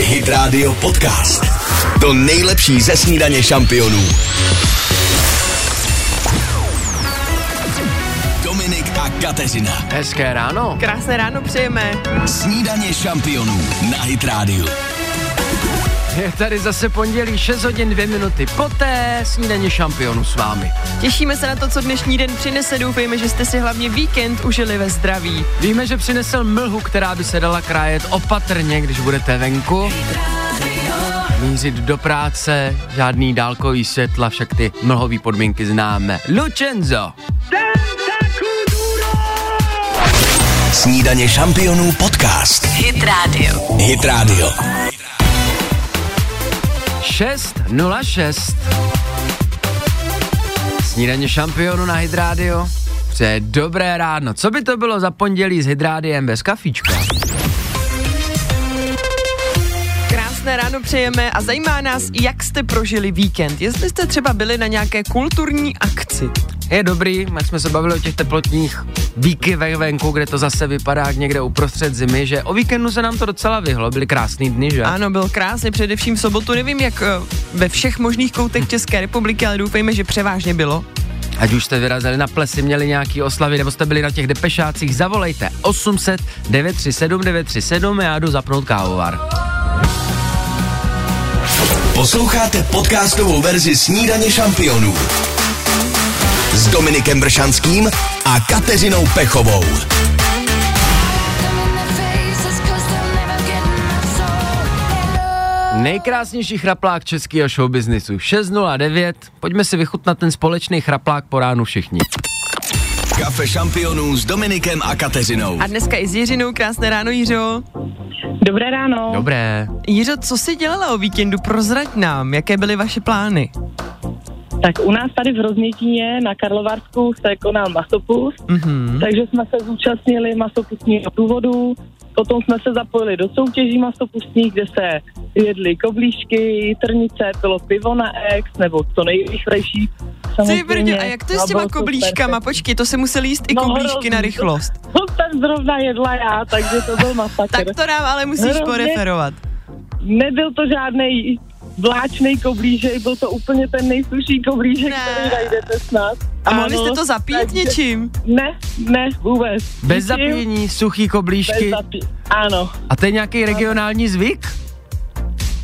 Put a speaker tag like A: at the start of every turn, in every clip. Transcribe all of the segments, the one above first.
A: Hit Radio Podcast. To nejlepší ze snídaně šampionů. Dominik a Kateřina.
B: Hezké ráno.
C: Krásné ráno přejeme.
A: Snídaně šampionů na Hit Radio.
B: Je tady zase pondělí 6 hodin 2 minuty. Poté snídaně šampionu s vámi.
C: Těšíme se na to, co dnešní den přinese. Doufejme, že jste si hlavně víkend užili ve zdraví.
B: Víme, že přinesl mlhu, která by se dala krájet opatrně, když budete venku. Mířit do práce, žádný dálkový světla, však ty mlhové podmínky známe. Lucenzo!
A: Snídaně šampionů podcast.
D: Hit Radio.
A: Hit Radio.
B: 6.06 Snídaně šampionu na Hydrádio Přeje dobré ráno. Co by to bylo za pondělí s Hydrádiem bez kafíčka?
C: Krásné ráno přejeme a zajímá nás, jak jste prožili víkend. Jestli jste třeba byli na nějaké kulturní akci.
B: Je dobrý, jak jsme se bavili o těch teplotních díky ve venku, kde to zase vypadá jak někde uprostřed zimy, že o víkendu se nám to docela vyhlo, byly krásný dny, že?
C: Ano, byl krásně, především v sobotu. Nevím, jak eh, ve všech možných koutech České republiky, ale doufejme, že převážně bylo.
B: Ať už jste vyrazili na plesy, měli nějaký oslavy, nebo jste byli na těch depešácích, zavolejte 800 937 937 já jdu zapnout kávovar.
A: Posloucháte podcastovou verzi Snídaně šampionů. S Dominikem Bršanským a Kateřinou Pechovou.
B: Nejkrásnější chraplák českého showbiznisu 6.09. Pojďme si vychutnat ten společný chraplák po ránu všichni.
A: Kafe šampionů s Dominikem a Kateřinou.
C: A dneska i s Jiřinou. Krásné ráno, Jiřo.
E: Dobré ráno.
B: Dobré.
C: Jiřo, co jsi dělala o víkendu? Prozrať nám, jaké byly vaše plány.
E: Tak u nás tady v Roznětíně na Karlovarsku se konal masopus,
C: Mhm.
E: takže jsme se zúčastnili masopustního průvodu, potom jsme se zapojili do soutěží masopustních, kde se jedli koblížky, trnice, bylo pivo na ex, nebo co nejrychlejší.
C: Ty
E: samozřejmě.
C: brďo, a jak to je s
E: No,
C: těma
E: bylo super,
C: koblížkama? Počkej, to se musel jíst i
E: No,
C: koblížky
E: hrozný.
C: na rychlost.
E: To jsem zrovna jedla já, takže to byl masakr.
C: Tak to nám ale musíš
E: Hrozně.
C: poreferovat.
E: Nebyl to žádný vláčnej koblížek, byl to úplně ten nejsuší koblížek,
C: Ne.
E: který najdete snad.
C: A mohli
E: Ano,
C: jste to zapít
E: takže-
C: něčím?
E: Ne, ne, vůbec.
B: Bez
E: Ničím,
B: zapíjení, suchý koblížky.
E: Bez zapí- ano.
B: A to je nějaký regionální zvyk?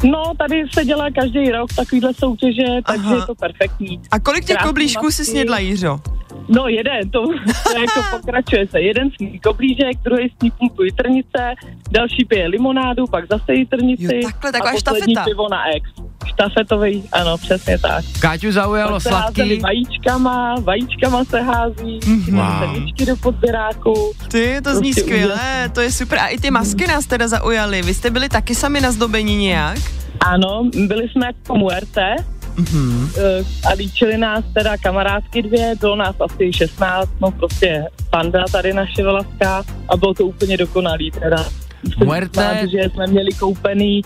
E: No, tady se dělá každý rok takovýhle soutěže, takže
C: Aha.
E: je to perfektní.
C: A kolik těch
E: Krásný
C: koblížků si
E: masky.
C: snědla, Jiřo?
E: No, jeden, to, to jako pokračuje se. Jeden sní koblížek, druhý sní půlku jitrnice, další pije limonádu, pak zase jitrnici.
C: Jo, takhle, taková
E: a poslední
C: štafeta.
E: pivo na ex. Štafetový, ano, přesně tak.
B: Káťu zaujalo
E: Pak se házeli
B: sladký.
E: vajíčkama, vajíčkama se hází,
C: Mhm.
E: mm-hmm.
B: Wow.
E: do podběráku.
C: Ty, to zní
E: Prostě
C: skvěle, to je super. A i ty masky nás teda zaujaly. Vy jste byli taky sami na zdobení nějak?
E: Ano, byli jsme jako muerte,
C: Mhm.
E: Eh, a líčili nás teda kamarádky dvě, bylo nás asi 16, no prostě panda tady naše velaská a bylo to úplně dokonalý teda. Musím
B: Muerte.
E: přiznat, že jsme měli koupený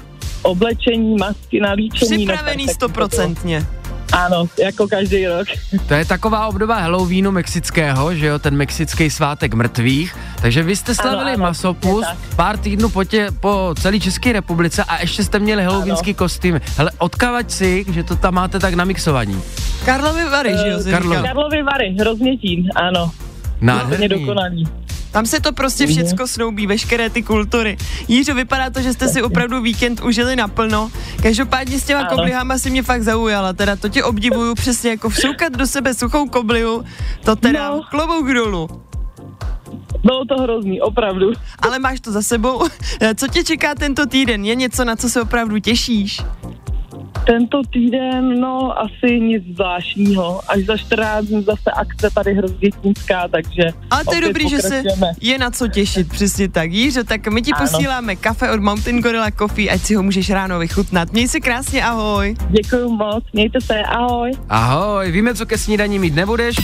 E: oblečení, masky na líčení. no,
C: Připravený
E: tak taky to bylo.
C: stoprocentně.
E: Ano, jako každý rok.
B: To je taková obdoba Halloweenu mexického, že jo, ten mexický svátek mrtvých. Takže vy jste slavili
E: ano,
B: masopus
E: je tak.
B: pár týdnů po, tě, po celé České republice a ještě jste měli halloweenský kostým. Hele, odkavať si, že to tam máte tak namixovaní.
C: Karlovy Vary, že jo?
E: Eh,
C: jsi
B: Karlovy.
C: říkal.
E: Karlovy Vary, Hroznětín, ano, úplně
B: Nádherný.
E: dokonalý.
C: Tam se to prostě všecko snoubí, veškeré ty kultury. Jiřo, vypadá to, že jste si opravdu víkend užili naplno. Každopádně s těma
E: Ano.
C: koblihama si mě fakt zaujala, teda to tě obdivuju přesně jako všoukat do sebe suchou koblihu, to teda no.
E: No.
C: klobouk dolů.
E: Bylo to hrozný, opravdu.
C: Ale máš to za sebou. Co tě čeká tento týden? Je něco, na co se opravdu těšíš?
E: Tento týden, no, asi nic zvláštního. Až za 14 dní zase akce tady hrozdětínská, takže
C: Ale to je
E: opět
C: dobrý, že se
E: pokračujeme.
C: je na co těšit, přesně tak. Jiřo, tak my ti
E: Ano.
C: posíláme kafe od Mountain Gorilla Coffee, ať si ho můžeš ráno vychutnat. Měj se krásně, ahoj.
E: Děkuji moc, mějte se, ahoj.
B: Ahoj, víme, co ke snídaní mít nebudeš?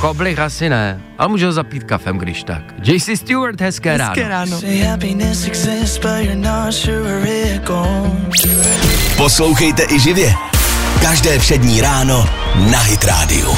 B: Koblich asi ne, ale může ho zapít kafem, když tak. JC Stewart, hezké,
C: Hezké
B: ráno.
C: ráno.
F: Say happiness exists, but you're not sure where it goes.
A: Poslouchejte i živě. Každé přední ráno na Hit Radio.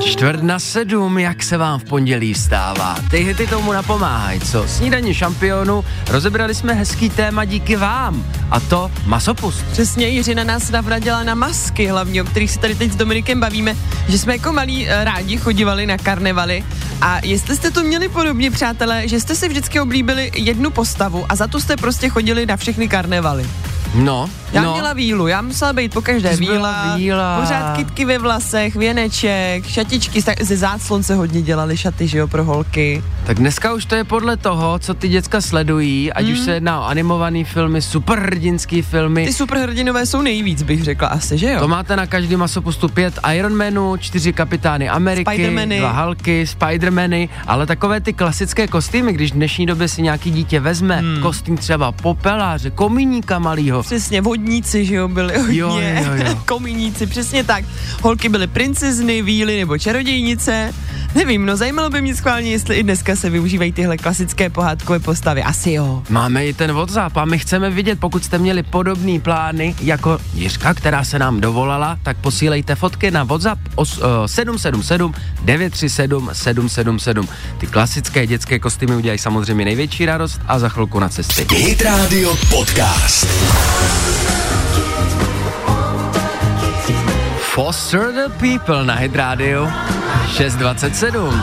B: Čtvrt na sedm, jak se vám v pondělí stává. Ty hity tomu napomáhají, co? Snídaní šampionu, rozebrali jsme hezký téma díky vám. A to masopust.
C: Přesně, Jiřina nás navradila na masky, hlavně o kterých se tady teď s Dominikem bavíme, že jsme jako malí eh, rádi chodívali na karnevaly. A jestli jste to měli podobně, přátelé, že jste si vždycky oblíbili jednu postavu a za tu jste prostě chodili na všechny karnevaly.
B: No,
C: Já
B: no.
C: no. měla vílu, já musela být po každé
B: Ty jsi byla
C: víla,
B: víla.
C: pořád kytky ve vlasech, věneček, šatičky, sta- ze záclon se hodně dělali šaty, že jo, pro holky.
B: Tak dneska už to je podle toho, co ty děcka sledují, ať mm. už se jedná o animované filmy, superhrdinský filmy.
C: Hmm. Ty superhrdinové jsou nejvíc, bych řekla asi, že jo?
B: To máte na každý masopustu pět Ironmanů, čtyři kapitány Ameriky,
C: Spidermany.
B: dva Halky, Spidermany, ale takové ty klasické kostýmy, když v dnešní době si nějaký dítě vezme, hmm. kostým třeba popeláře, kominíka malýho.
C: Přesně, vodníci, že jo, byli hodně.
B: Jo, jo, jo.
C: Komíníci, přesně tak. Holky byly princezny, víly nebo čarodějnice. Nevím, no zajímalo by mě schválně, jestli i dneska se využívají tyhle klasické pohádkové postavy. Asi jo.
B: Máme i ten WhatsApp a my chceme vidět, pokud jste měli podobné plány jako Jiřka, která se nám dovolala, tak posílejte fotky na WhatsApp os, uh, 777 937 777. Ty klasické dětské kostýmy udělají samozřejmě největší radost a za chvilku na cestě.
A: Hit Radio Podcast.
B: Foster the People na Hit Radio 627.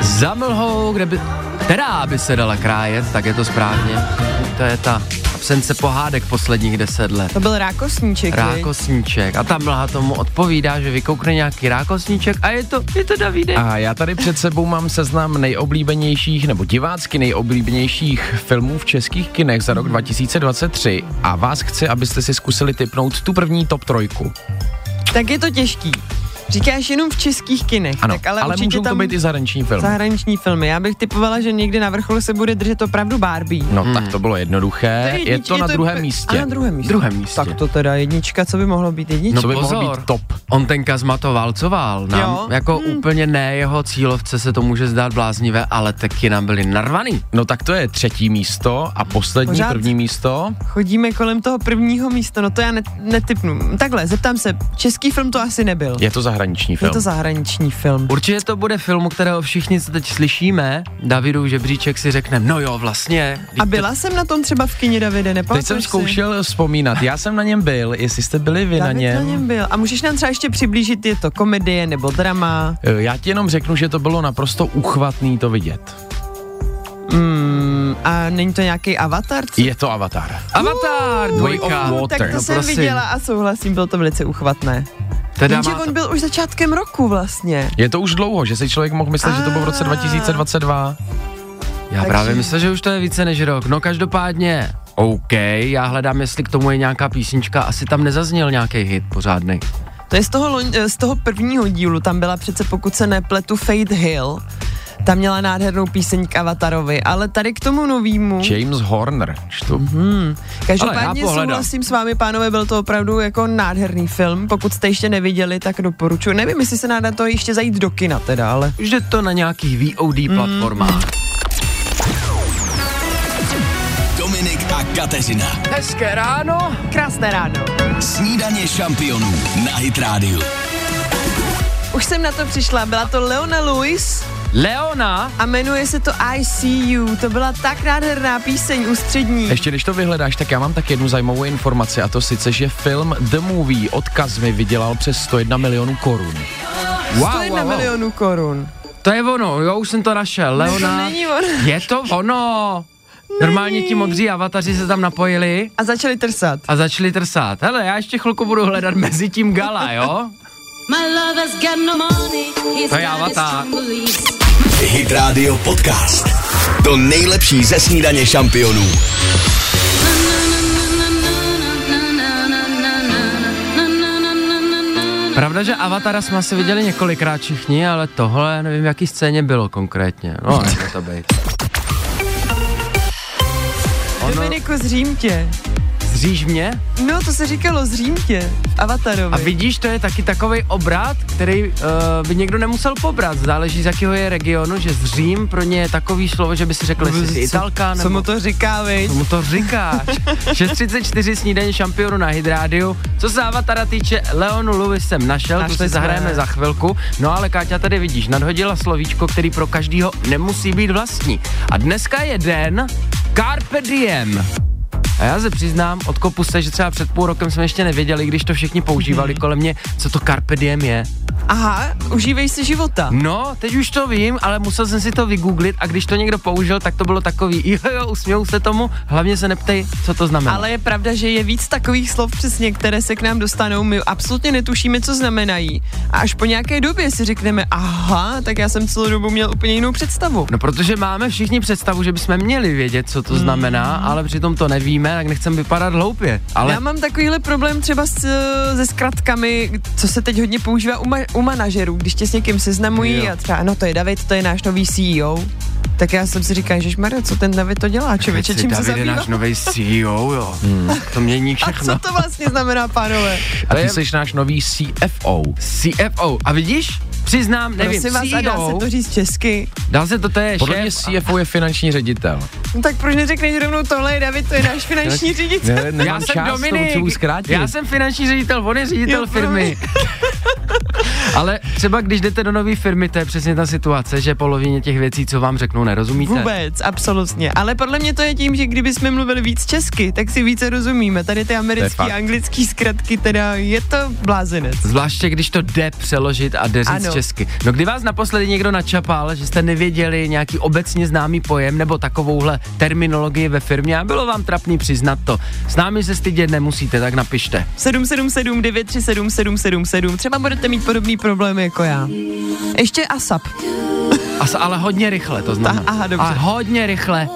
B: Za mlhou, kde by, která by se dala krájet, tak je to správně. To je ta absence pohádek posledních deset let.
C: To byl rákosníček. viď?
B: Rákosníček. A ta mlha tomu odpovídá, že vykoukne nějaký rákosníček a je to, je to Davide.
D: A já tady před sebou mám seznam nejoblíbenějších nebo divácky nejoblíbenějších filmů v českých kinech za
C: Hmm.
D: rok 2023 a vás chci, abyste si zkusili typnout tu první top trojku.
C: Tak je to těžký. Říkáš jenom v českých kinech.
D: Ano,
C: tak ale, určitě
D: můžou to
C: tam
D: být i zahraniční film.
C: zahraniční filmy. Já bych typovala, že někdy na vrcholu se bude držet opravdu Barbie.
D: No tak to bylo jednoduché, je,
C: jednič-
D: to na druhém
C: pe-
D: místě. No,
C: A na druhém místě.
B: Druhém místě.
C: Tak to teda jednička, co by mohlo být jednička?
D: Co by mohlo
B: pozor.
D: být top?
B: On ten Kazma to válcoval. Nám
C: Jo.
B: jako úplně ne jeho cílovce se to může zdát bláznivé, ale taky nám byli narvaný.
D: No tak to je třetí místo a poslední
C: Pořád?
D: první místo.
C: Chodíme kolem toho prvního místa, no to já net, netypnu. Takhle, zeptám se, český film to asi nebyl.
D: Je to zahraniční
C: Je
D: film.
C: to zahraniční film.
B: Určitě to bude film, u kterého všichni se teď slyšíme. Davidův žebříček si řekne, no jo, vlastně. vždyť
C: A byla jsem na tom třeba v kině Davide,
D: Teď
C: nepamatuješ
D: jsem
B: prostě
C: si?
D: zkoušel vzpomínat, já jsem na něm byl, jestli jste byli vy na
C: David
D: něm.
C: na něm byl. A můžeš nám třeba ještě přiblížit, je to komedie nebo drama?
D: Eh, Já ti jenom řeknu, že to bylo naprosto uchvatný to vidět.
C: Mm, a není to nějaký avatar? co-
D: Je to Avatar.
B: to- Avatar,
D: Way of
B: dvojka.
D: Water.
C: Tak to
D: No
C: jsem
B: prosím.
C: viděla a souhlasím, bylo to velice uchvatné.
B: Teda
C: Jenže
B: má to,
C: on byl už začátkem roku vlastně.
D: Je to už dlouho, že si člověk mohl myslet, že to bylo v roce
C: Ah.
D: 2022.
B: já
C: takže-
B: právě myslel, že už to je více než rok. No každopádně, OK, já hledám, jestli k tomu je nějaká písnička, asi tam nezazněl nějaký hit pořádný.
C: To je z toho, loň, eh, z toho prvního dílu, tam byla přece, pokud se nepletu, Fate Hill. Tam měla nádhernou píseň k Avatarovi, ale tady k tomu novýmu,
D: James Horner, čtu.
B: Ale
C: každopádně
B: já pohledám.
C: souhlasím s vámi, pánové, byl to opravdu jako nádherný film, pokud jste ještě neviděli, tak doporučuji. Nevím, jestli se nádá to ještě zajít do kina teda, ale
B: Už je to na nějakých VOD
C: Mhm.
B: platformách.
A: Dominik a Kateřina.
B: Hezké ráno.
C: krásné ráno.
A: Snídaně šampionů na Hit Radio.
C: Už jsem na to přišla, byla to Leona Lewis
B: Leona,
C: a jmenuje se to I See You, to byla tak nádherná píseň ústřední.
D: Ještě než to vyhledáš, tak já mám tak jednu zajímavou informaci a to sice, že film The Movie od Kazmy vydělal přes 101 milionů korun.
B: wow,
C: 101
B: wow, wow.
C: milionů korun.
B: To je ono, jo, už jsem to našel. Leona.
C: To není ono.
B: Je to ono. Normálně ti modří avataři se tam napojili
C: A začali trsat.
B: a začali trsát. Hele, já ještě chvilku budu hledat mezi tím gala, jo? To je avatar.
A: Hit Radio Podcast. To nejlepší ze snídaně šampionů.
B: Pravda, že Avatara jsme asi viděli několikrát všichni, ale tohle nevím, v jaký scéně bylo konkrétně. No, nemůže to být. Ono,
C: Dominiku, zřím tě.
B: s Zříž mě?
C: No, to se říkalo zřímtě, avatarovi.
B: A vidíš, to je taky takový obrat, který uh, by někdo nemusel pobrat. Záleží, z jakého je regionu, že zřím pro ně je takový slovo, že by si řekl, jestli jsi italka
C: Co mu
B: nebo...
C: to říká, viď?
B: Co mu to říkáš? 6.34 snídaně šampionu na Hydrádiu. Co se Avatara týče, Leonu Lewis jsem našel,
C: Našli
B: to si
C: jsme.
B: zahrajeme za chvilku. No ale Káťa tady vidíš, nadhodila slovíčko, který pro každýho nemusí být vlastní. A dneska je den Carpe Diem. A já se přiznám, odkopu se, že třeba před půl rokem jsme ještě nevěděli, když to všichni používali
C: Mhm.
B: kolem mě, co to Carpe Diem je.
C: Aha, užívej si života.
B: No, teď už to vím, ale musel jsem si to vygooglit a když to někdo použil, tak to bylo takový, jo, jo, usmějou se tomu, hlavně se neptej, co to znamená.
C: Ale je pravda, že je víc takových slov přesně, které se k nám dostanou. My absolutně netušíme, co znamenají. A až po nějaké době si řekneme, aha, tak já jsem celou dobu měl úplně jinou představu.
B: No protože máme všichni představu, že bychom měli vědět, co to znamená, ale přitom to nevíme, tak nechcem vypadat hloupě.
C: Ale...
B: Ale
C: Mm. Já mám takovýhle problém třeba s, eh, se zkratkami, co se teď hodně používá u, ma- u manažerů, když tě s někým seznamují
B: Jo.
C: jo. a třeba, no to je David, to je náš nový CEO. Tak já jsem si říkal, že Mario, co ten David to dělá, člověče,
B: Přeci
C: čím se
B: David je
C: zabývá?
B: náš nový CEO, jo. To mění
C: A
B: všechno.
C: co to vlastně znamená, pánové?
D: A
B: To
D: ty
B: je-
D: jsi náš nový CFO.
B: CFO. A vidíš? Přiznám, nevím, E
C: Prosím vás, a dá se
B: CEO.
C: to říct česky.
B: Dá se to, to je
D: Podle
B: šéf.
D: mě CFO je finanční ředitel.
C: No tak proč neřekneš rovnou tohle je David, to je náš finanční ředitel?
D: Ne, nemám
B: já jsem
D: čas
B: Dominik,
D: tomu, co zkrátit.
B: já jsem finanční ředitel, on je ředitel
C: Jo,
B: firmy. Ale třeba když jdete do nové firmy, to je přesně ta situace, že polovině těch věcí, co vám řeknou, nerozumíte.
C: Vůbec, absolutně. Ale podle mě to je tím, že kdybychom mluvili víc česky, tak si více rozumíme. Tady ty americké,
D: fakt.
C: anglické zkratky, teda je to blázenec.
B: Zvláště když to jde přeložit a jde říct
C: Ano.
B: česky. No kdy vás naposledy někdo načapal, že jste nevěděli nějaký obecně známý pojem nebo takovouhle terminologii ve firmě a bylo vám trapný přiznat to. S námi se stydět nemusíte, tak napište.
C: 777 937 777. Třeba budete mít podobný problém jako já. Ještě ASAP.
B: A s, ale hodně rychle to znamená.
C: Ah, aha, dobře.
B: A hodně rychle.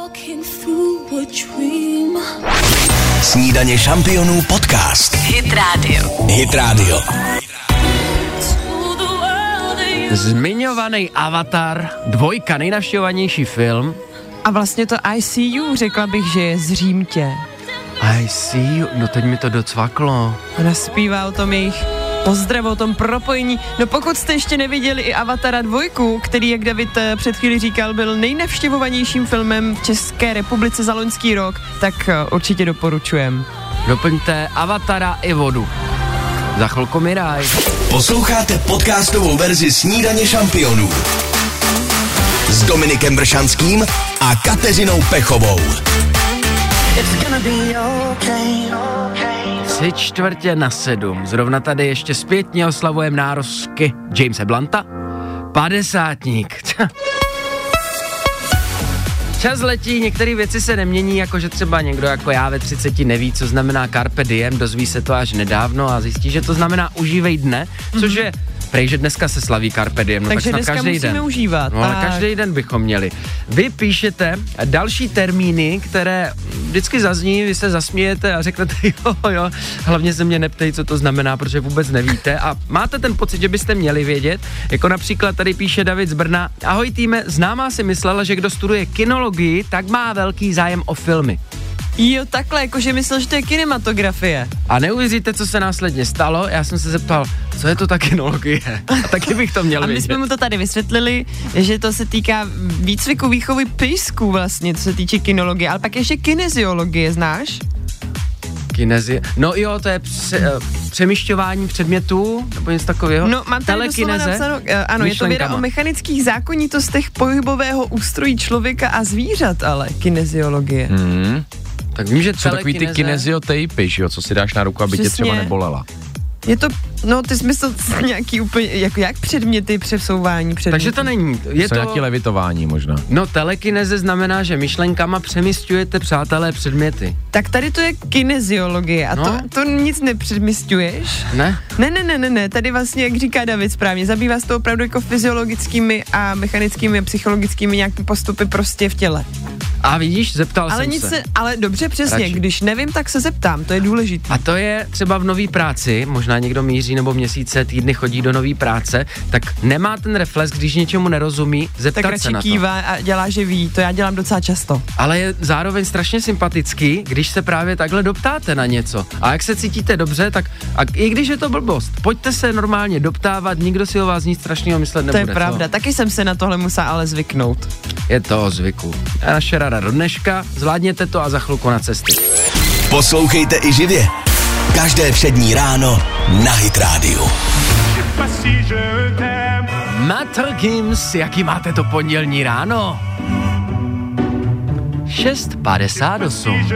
A: Snídaně šampionů podcast.
G: Hit Radio.
A: Hit Radio.
B: Zmiňovaný Avatar, dvojka, nejnavštěvovanější film.
C: A vlastně to ICU, řekla bych, že je z Římtě.
B: I see you. No teď mi to docvaklo.
C: Ona zpívá o tom jejich pozdravu, o tom propojení. No pokud jste ještě neviděli i Avatara 2, který, jak David eh, před chvíli říkal, byl nejnavštěvovanějším filmem v České republice za loňský rok, tak eh, určitě doporučujem.
B: Doplňte Avatara i vodu. Za chvilku mi ráj.
A: Posloucháte podcastovou verzi Snídaně šampionů s Dominikem Bršanským a Kateřinou Pechovou.
B: Tři čtvrtě na sedm. Zrovna tady ještě zpětně oslavujeme nározky Jamesa Blanta. Padesátník. Čas letí, některé věci se nemění, jako že třeba někdo jako já ve 30 neví, co znamená carpe diem, dozví se to až nedávno a zjistí, že to znamená užívej dne, což je prej, že dneska se slaví carpe diem, no
C: Takže
B: tak
C: dneska
B: snad každý
C: musíme
B: den.
C: užívat.
B: No, ale
C: tak.
B: každý den bychom měli. Vy píšete další termíny, které vždycky zazní, vy se zasmějete a řeknete, jo, jo, hlavně se mě neptej, co to znamená, protože vůbec nevíte a máte ten pocit, že byste měli vědět, jako například tady píše David z Brna, ahoj týme, známá si myslela, že kdo studuje kinologii, tak má velký zájem o filmy.
C: Jo, takhle, jakože myslel, že to je kinematografie.
B: A neuvěříte, co se následně stalo, já jsem se zeptal, co je to ta kinologie? A taky bych to měl
C: A my
B: vědět.
C: jsme mu to tady vysvětlili, že to se týká výcviku výchovy pejsků vlastně, co se týče kinologie, ale pak ještě kineziologie, znáš?
B: Kinezi... No jo, to je pře- eh, přemýšťování předmětů, nebo něco takového.
C: No, mám tady doslova
B: Telekineze.
C: napsáno, eh, ano, je to věda
B: myšlenkama.
C: o mechanických zákonitostech pohybového ústrojí člověka a zvířat, ale kineziologie. Hmm.
D: Hmm.
B: Tak vím, že
D: Jsou takový ty kineziotejpy, že jo, co si dáš na ruku, aby tě
C: Přesně.
D: třeba nebolela.
C: Je to, no, ty jsi myslel c- nějaký úplně, jako jak předměty, přesouvání předmětů.
B: Takže to není, je
D: Jsou
B: to...
D: nějaký levitování možná.
B: No, telekineze znamená, že myšlenkama přemysťujete přátelé předměty,
C: Tak tady to je kineziologie a
B: No.
C: no. to, to nic nepředmysťuješ.
B: ne?
C: Ne, ne, ne, ne, ne, tady vlastně, jak říká David správně, zabývá se to opravdu jako fyziologickými a mechanickými a psychologickými nějakými postupy prostě v těle.
B: A vidíš, zeptal
C: Ale
B: jsem
C: nic,
B: se.
C: se, ale dobře, přesně,
B: Radši.
C: když nevím, tak se zeptám, to je důležité.
B: A to je třeba v nové práci, možná někdo míří nebo měsíce, týdny chodí do nové práce, tak nemá ten reflex, když něčemu nerozumí, zeptat
C: Tak
B: se
C: radši
B: na to.
C: kývá a dělá, že ví, to já dělám docela často.
B: Ale je zároveň strašně sympatický, když se právě takhle doptáte na něco. A jak se cítíte dobře, tak a i když je to blbost, pojďte se normálně doptávat, nikdo si o vás nic strašného myslet
C: To
B: nebude.
C: je pravda,
B: Co?
C: taky jsem se na tohle musela ale zvyknout.
B: Je to o zvyku. A naše rada do dneška, zvládněte to a za chvilku na cesty.
A: Poslouchejte i živě. Každé přední ráno na Hit Radio.
B: Matter Games, jaký máte to pondělní ráno? 6.58.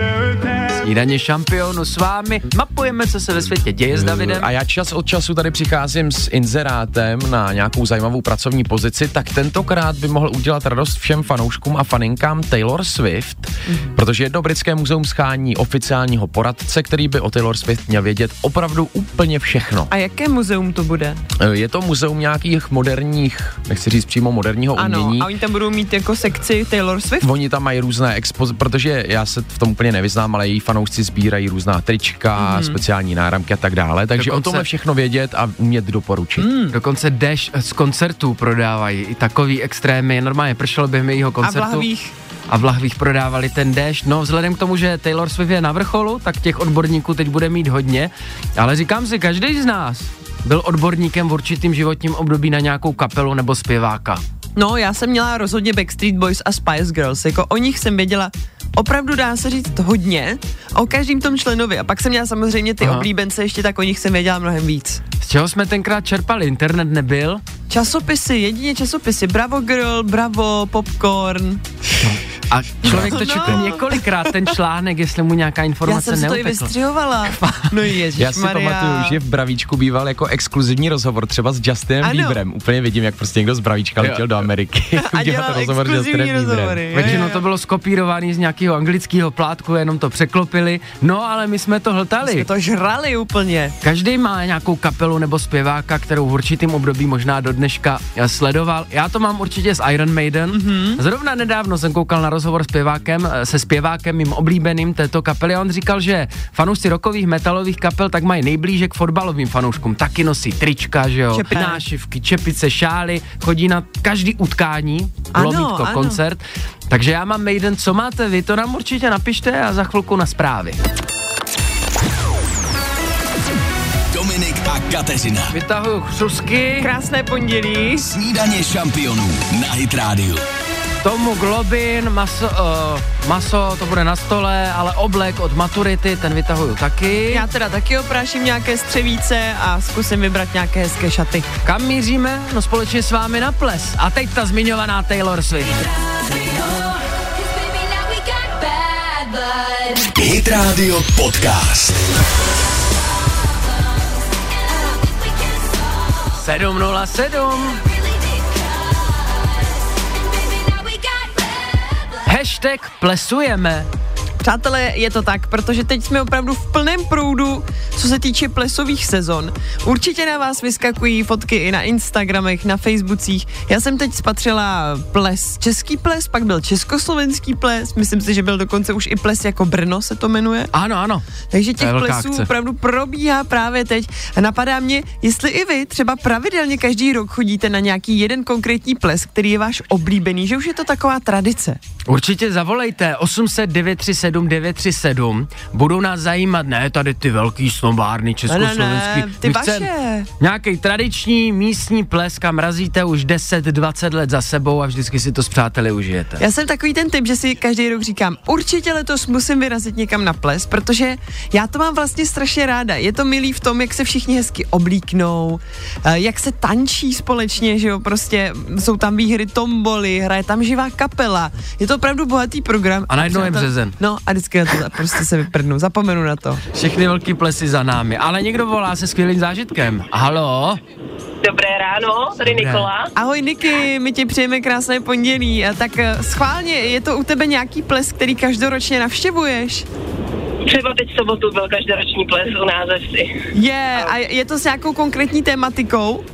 B: Snídaně šampionu s vámi. Mapujeme, co se ve světě děje s Davidem.
D: A já čas od času tady přicházím s inzerátem na nějakou zajímavou pracovní pozici, tak tentokrát by mohl udělat radost všem fanouškům a faninkám Taylor Swift,
C: Mhm.
D: protože jedno britské muzeum schání oficiálního poradce, který by o Taylor Swift měl vědět opravdu úplně všechno.
C: A jaké muzeum to bude?
D: E, Je to muzeum nějakých moderních, nechci říct přímo moderního
C: Ano,
D: umění.
C: a oni tam budou mít jako sekci Taylor Swift?
D: Oni tam mají různé expoz, protože já se v tom úplně nevyznám, ale její fanoušci sbírají různá
C: Mhm.
D: trička, mm. speciální náramky a tak dále, takže
B: Dokonce-
D: o tomhle všechno vědět a umět doporučit. Mm.
C: Hmm.
B: Dokonce deš z koncertů prodávají. I takový extrémy. Normálně pršelo během jejího
C: A v
B: koncertu.
C: lahvích?
B: A v lahvích prodávali ten déšť. No, vzhledem k tomu, že Taylor Swift je na vrcholu, tak těch odborníků teď bude mít hodně. Ale říkám si, každý z nás byl odborníkem v určitým životním období na nějakou kapelu nebo zpěváka.
C: No, já jsem měla rozhodně Backstreet Boys a Spice Girls, jako o nich jsem věděla opravdu dá se říct hodně o každém tom členovi. A pak jsem měla samozřejmě ty
B: Aha.
C: Aha. oblíbence, ještě tak o nich jsem věděla mnohem víc.
B: Z čeho jsme tenkrát čerpali? Internet nebyl?
C: Časopisy, jedině časopisy. Bravo Girl, Bravo, Popcorn.
B: A člověk to
C: No.
B: četl několikrát, ten článek, jestli mu nějaká
C: Já
B: informace
C: jsem si to i
B: neutekla.
C: vystřihovala. No ježiš,
D: Já si pamatuju, že v Bravíčku býval jako exkluzivní rozhovor třeba s Justinem
C: Ano.
D: Bieberem. Úplně vidím, jak prostě někdo z Bravíčka
B: Jo.
D: letěl do Ameriky
C: A dělal exkluzivní rozhovory. jo,
B: Většinou
C: jo.
B: to bylo skopírovaný z nějakého anglického plátku, jenom to překlopili. No, ale my jsme to hltali.
C: Jsme to žrali úplně.
B: Každý má nějakou kapelu nebo zpěváka, kterou v určitým období možná do dneška eh, sledoval. Já to mám určitě z Iron Maiden.
C: Mhm.
B: Mm-hmm. Zrovna nedávno jsem koukal na rozhovor s zpěvákem, eh, se zpěvákem mým oblíbeným této kapely a on říkal, že fanoušci rokových metalových kapel tak mají nejblíže k fotbalovým fanouškům. Taky nosí trička, že jo,
C: Čepice.
B: nášivky, čepice, šály, chodí na každý utkání,
C: Ano,
B: lomítko,
C: ano.
B: koncert. Takže já mám Maiden, co máte vy, to nám určitě napište a za chvilku na zprávy.
A: Dominik a Kateřina.
B: Vytahuju chřusky.
C: Krásné pondělí.
A: Snídaně šampionů na Hit Radio.
B: Tomu Globin, maso, uh, maso to bude na stole, ale oblek od maturity, ten vytahuju taky.
C: Já teda taky opráším nějaké střevíce a zkusím vybrat nějaké hezké šaty.
B: Kam míříme? No společně s vámi na ples. A teď ta zmiňovaná Taylor Swift.
A: Hit Radio Podcast.
B: 707. Hashtag plesujeme.
C: Přátelé, je to tak, protože teď jsme opravdu v plném proudu, co se týče plesových sezon. Určitě na vás vyskakují fotky i na Instagramech, na Facebookích. Já jsem teď spatřila ples, český ples, pak byl československý ples, myslím si, že byl dokonce už i ples jako Brno se to jmenuje.
B: Ano, ano.
C: Takže
B: To je
C: těch
B: velká
C: plesů
B: akce.
C: opravdu probíhá právě teď. A napadá mě, jestli i vy třeba pravidelně každý rok chodíte na nějaký jeden konkrétní ples, který je váš oblíbený, že už je to taková tradice.
B: Určitě zavolejte 800 937 937. Budou nás zajímat, ne tady ty velký snobárny československý.
C: Ne, ne, ty
B: My chcem
C: vaše.
B: Nějaký tradiční místní ples, kam razíte už 10-20 let za sebou a vždycky si to s přáteli užijete.
C: Já jsem takový ten typ, že si každý rok říkám, určitě letos musím vyrazit někam na ples, protože já to mám vlastně strašně ráda. Je to milý v tom, jak se všichni hezky oblíknou, eh, jak se tančí společně, že jo, prostě jsou tam výhry tomboly, hraje tam živá kapela. Je to opravdu bohatý program.
B: A najednou je
C: Vždycky na to-
B: březen.
C: No a vždycky na to prostě se vyprdnu, zapomenu na to.
B: Všechny velký plesy za námi, ale někdo volá se skvělým zážitkem. Halo?
E: Dobré ráno, No, tady
B: Dobré.
E: Nikola.
C: Ahoj Niky, my ti přejeme krásné pondělí. A tak eh, schválně, je to u tebe nějaký ples, který každoročně navštěvuješ?
E: Třeba teď v sobotu byl každoroční ples u nás ve vsi.
C: Je, a je to s nějakou konkrétní tématikou?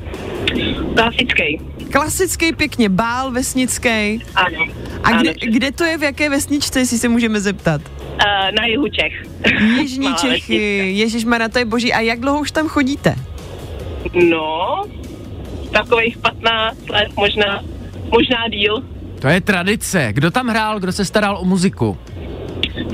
E: Klasický.
C: Klasický pěkně bál vesnický.
E: Ano.
C: A
E: ano.
C: kde, kde to je, v jaké vesničce, jestli se můžeme zeptat?
E: Eh, na jihu Čech.
C: Jižní
E: Malá
C: Čechy,
E: vesnička.
C: Ježíš to je boží. A jak dlouho už tam chodíte?
E: No, takových 15 let možná, možná díl.
B: To je tradice. Kdo tam hrál, kdo se staral o muziku?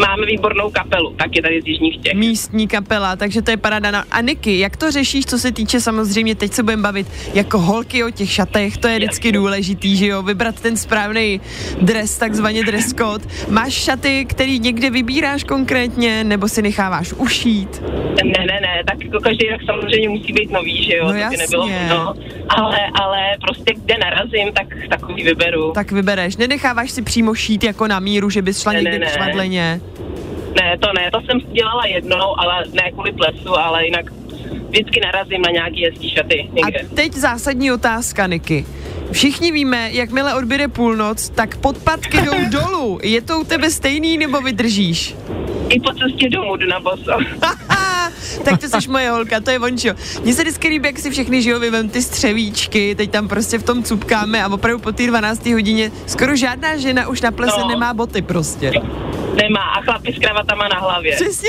E: Máme výbornou kapelu, taky tady z Jižních Čech.
C: Místní kapela, takže to je parada. Na... A Niky, jak to řešíš, co se týče samozřejmě, teď se budeme bavit jako holky o těch šatech, to je vždycky důležitý, že jo, vybrat ten správný dres, takzvaně dress code. Máš šaty, který někde vybíráš konkrétně, nebo si necháváš ušít?
E: Ne, ne, ne, tak jako každý rok samozřejmě musí být nový, že jo,
C: No
E: to by
C: jasně.
E: nebylo možno. Ale, ale prostě kde narazím, tak takový vyberu. Tak.
C: Tak vybereš. Nenecháváš si přímo šít jako na míru, že bys šla
E: Ne,
C: někde
E: ne,
C: k
E: ne.
C: švadleně.
E: Ne, to ne, to jsem dělala jednou, ale ne kvůli plesu, ale jinak vždycky narazím na nějaký hezký šaty někde.
C: A teď zásadní otázka, Niky. Všichni víme, jakmile odbyde půlnoc, tak podpatky jdou dolů. Je to u tebe stejný nebo vydržíš?
E: I po cestě domů jdu na boso.
C: Haha, tak to jsi moje holka, to je vončo. Mně se vždycky líbí, jak si všechny žijou, vyvem ty střevíčky, teď tam prostě v tom cupkáme a opravdu po té 12. hodině skoro žádná žena už na plese
E: No.
C: nemá boty prostě.
E: Nemá. A chlapi s kravatama na hlavě.
C: Přesně.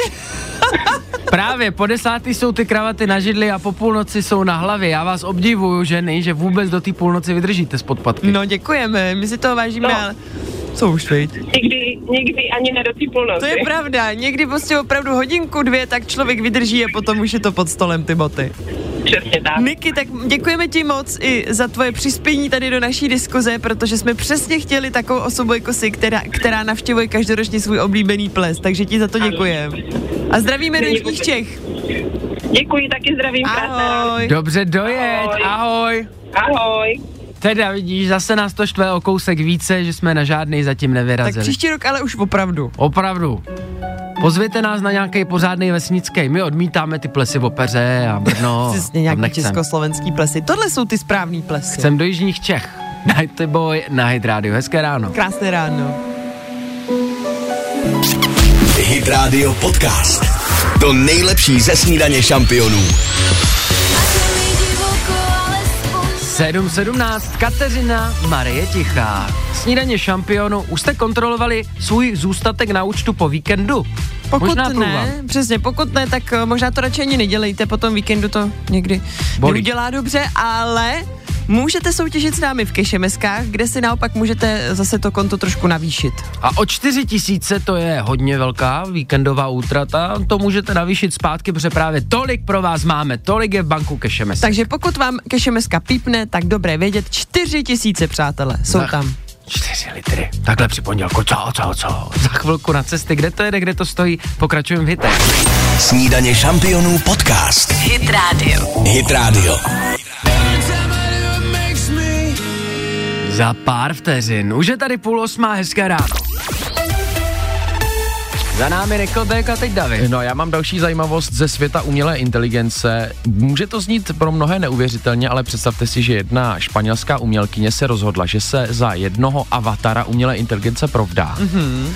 B: Právě po desátý jsou ty kravaty na židli a po půlnoci jsou na hlavě. Já vás obdivuju, ženy, že vůbec do té půlnoci vydržíte s podpatky.
C: No děkujeme, my si toho vážíme,
E: No.
C: ale co už, viď?
E: Nikdy, nikdy ani ne do té půlnoci.
C: To je pravda, někdy prostě opravdu hodinku, dvě, tak člověk vydrží a potom už je to pod stolem ty boty.
E: Přesně tak.
C: Niky, tak děkujeme ti moc i za tvoje přispění tady do naší diskuze, protože jsme přesně chtěli takovou osobu jako si, která, která navštěvuje každoročně svůj oblíbený ples, takže ti za to děkujeme. A zdravíme do
E: Není
C: Jižních
E: vůbec.
C: Čech.
E: Děkuji, taky zdravím. krásné ráno.
C: Ahoj.
B: Dobře, dojeď, ahoj.
E: Ahoj.
B: ahoj.
E: Ahoj.
B: Teda vidíš, zase nás to štve o kousek více, že jsme na žádnej zatím nevyrazili.
C: Tak příští rok ale už opravdu.
B: Opravdu. Pozvěte nás na nějaký pořádný vesnický. My odmítáme ty plesy v opeře a Brno.
C: Přesně
B: No, tam
C: nějaký
B: nechcem.
C: československý plesy. Tohle jsou ty správný plesy.
B: Jsem do Jižních Čech. Night Boy na Hit Radio. Hezké ráno.
C: Krásné ráno.
A: Hit Radio Podcast. To nejlepší ze snídaně šampionů.
B: 7.17. Kateřina Marie Tichá. Snídaně šampionu. Už jste kontrolovali svůj zůstatek na účtu po víkendu?
C: Pokud
B: Možná průval.
C: ne, přesně, pokud ne, tak eh, možná to radši ani nedělejte, potom víkendu to někdy
B: Bolí.
C: neudělá dobře, ale můžete soutěžit s námi v Kešemeskách, kde si naopak můžete zase to konto trošku navýšit.
B: A o 4 tisíce to je hodně velká víkendová útrata, to můžete navýšit zpátky, protože právě tolik pro vás máme, tolik je v banku kešemes.
C: Takže pokud vám Kešemeska pípne, tak dobré vědět, 4 tisíce přátelé jsou
B: Tak.
C: tam.
B: 4 litry, takhle při pondělku, co, co, co. Za chvilku na cesty, kde to jede, kde to stojí, pokračujeme v hitech.
A: Snídaně šampionů podcast. Hit Radio. Hit Radio.
B: Za pár vteřin, už je tady půl osmá, hezké ráno. Za námi Nickelback a teď David.
D: No, já mám další zajímavost ze světa umělé inteligence. Může to znít pro mnohé neuvěřitelně, ale představte si, že jedna španělská umělkyně se rozhodla, že se za jednoho avatara umělé inteligence provdá. Mm-hmm.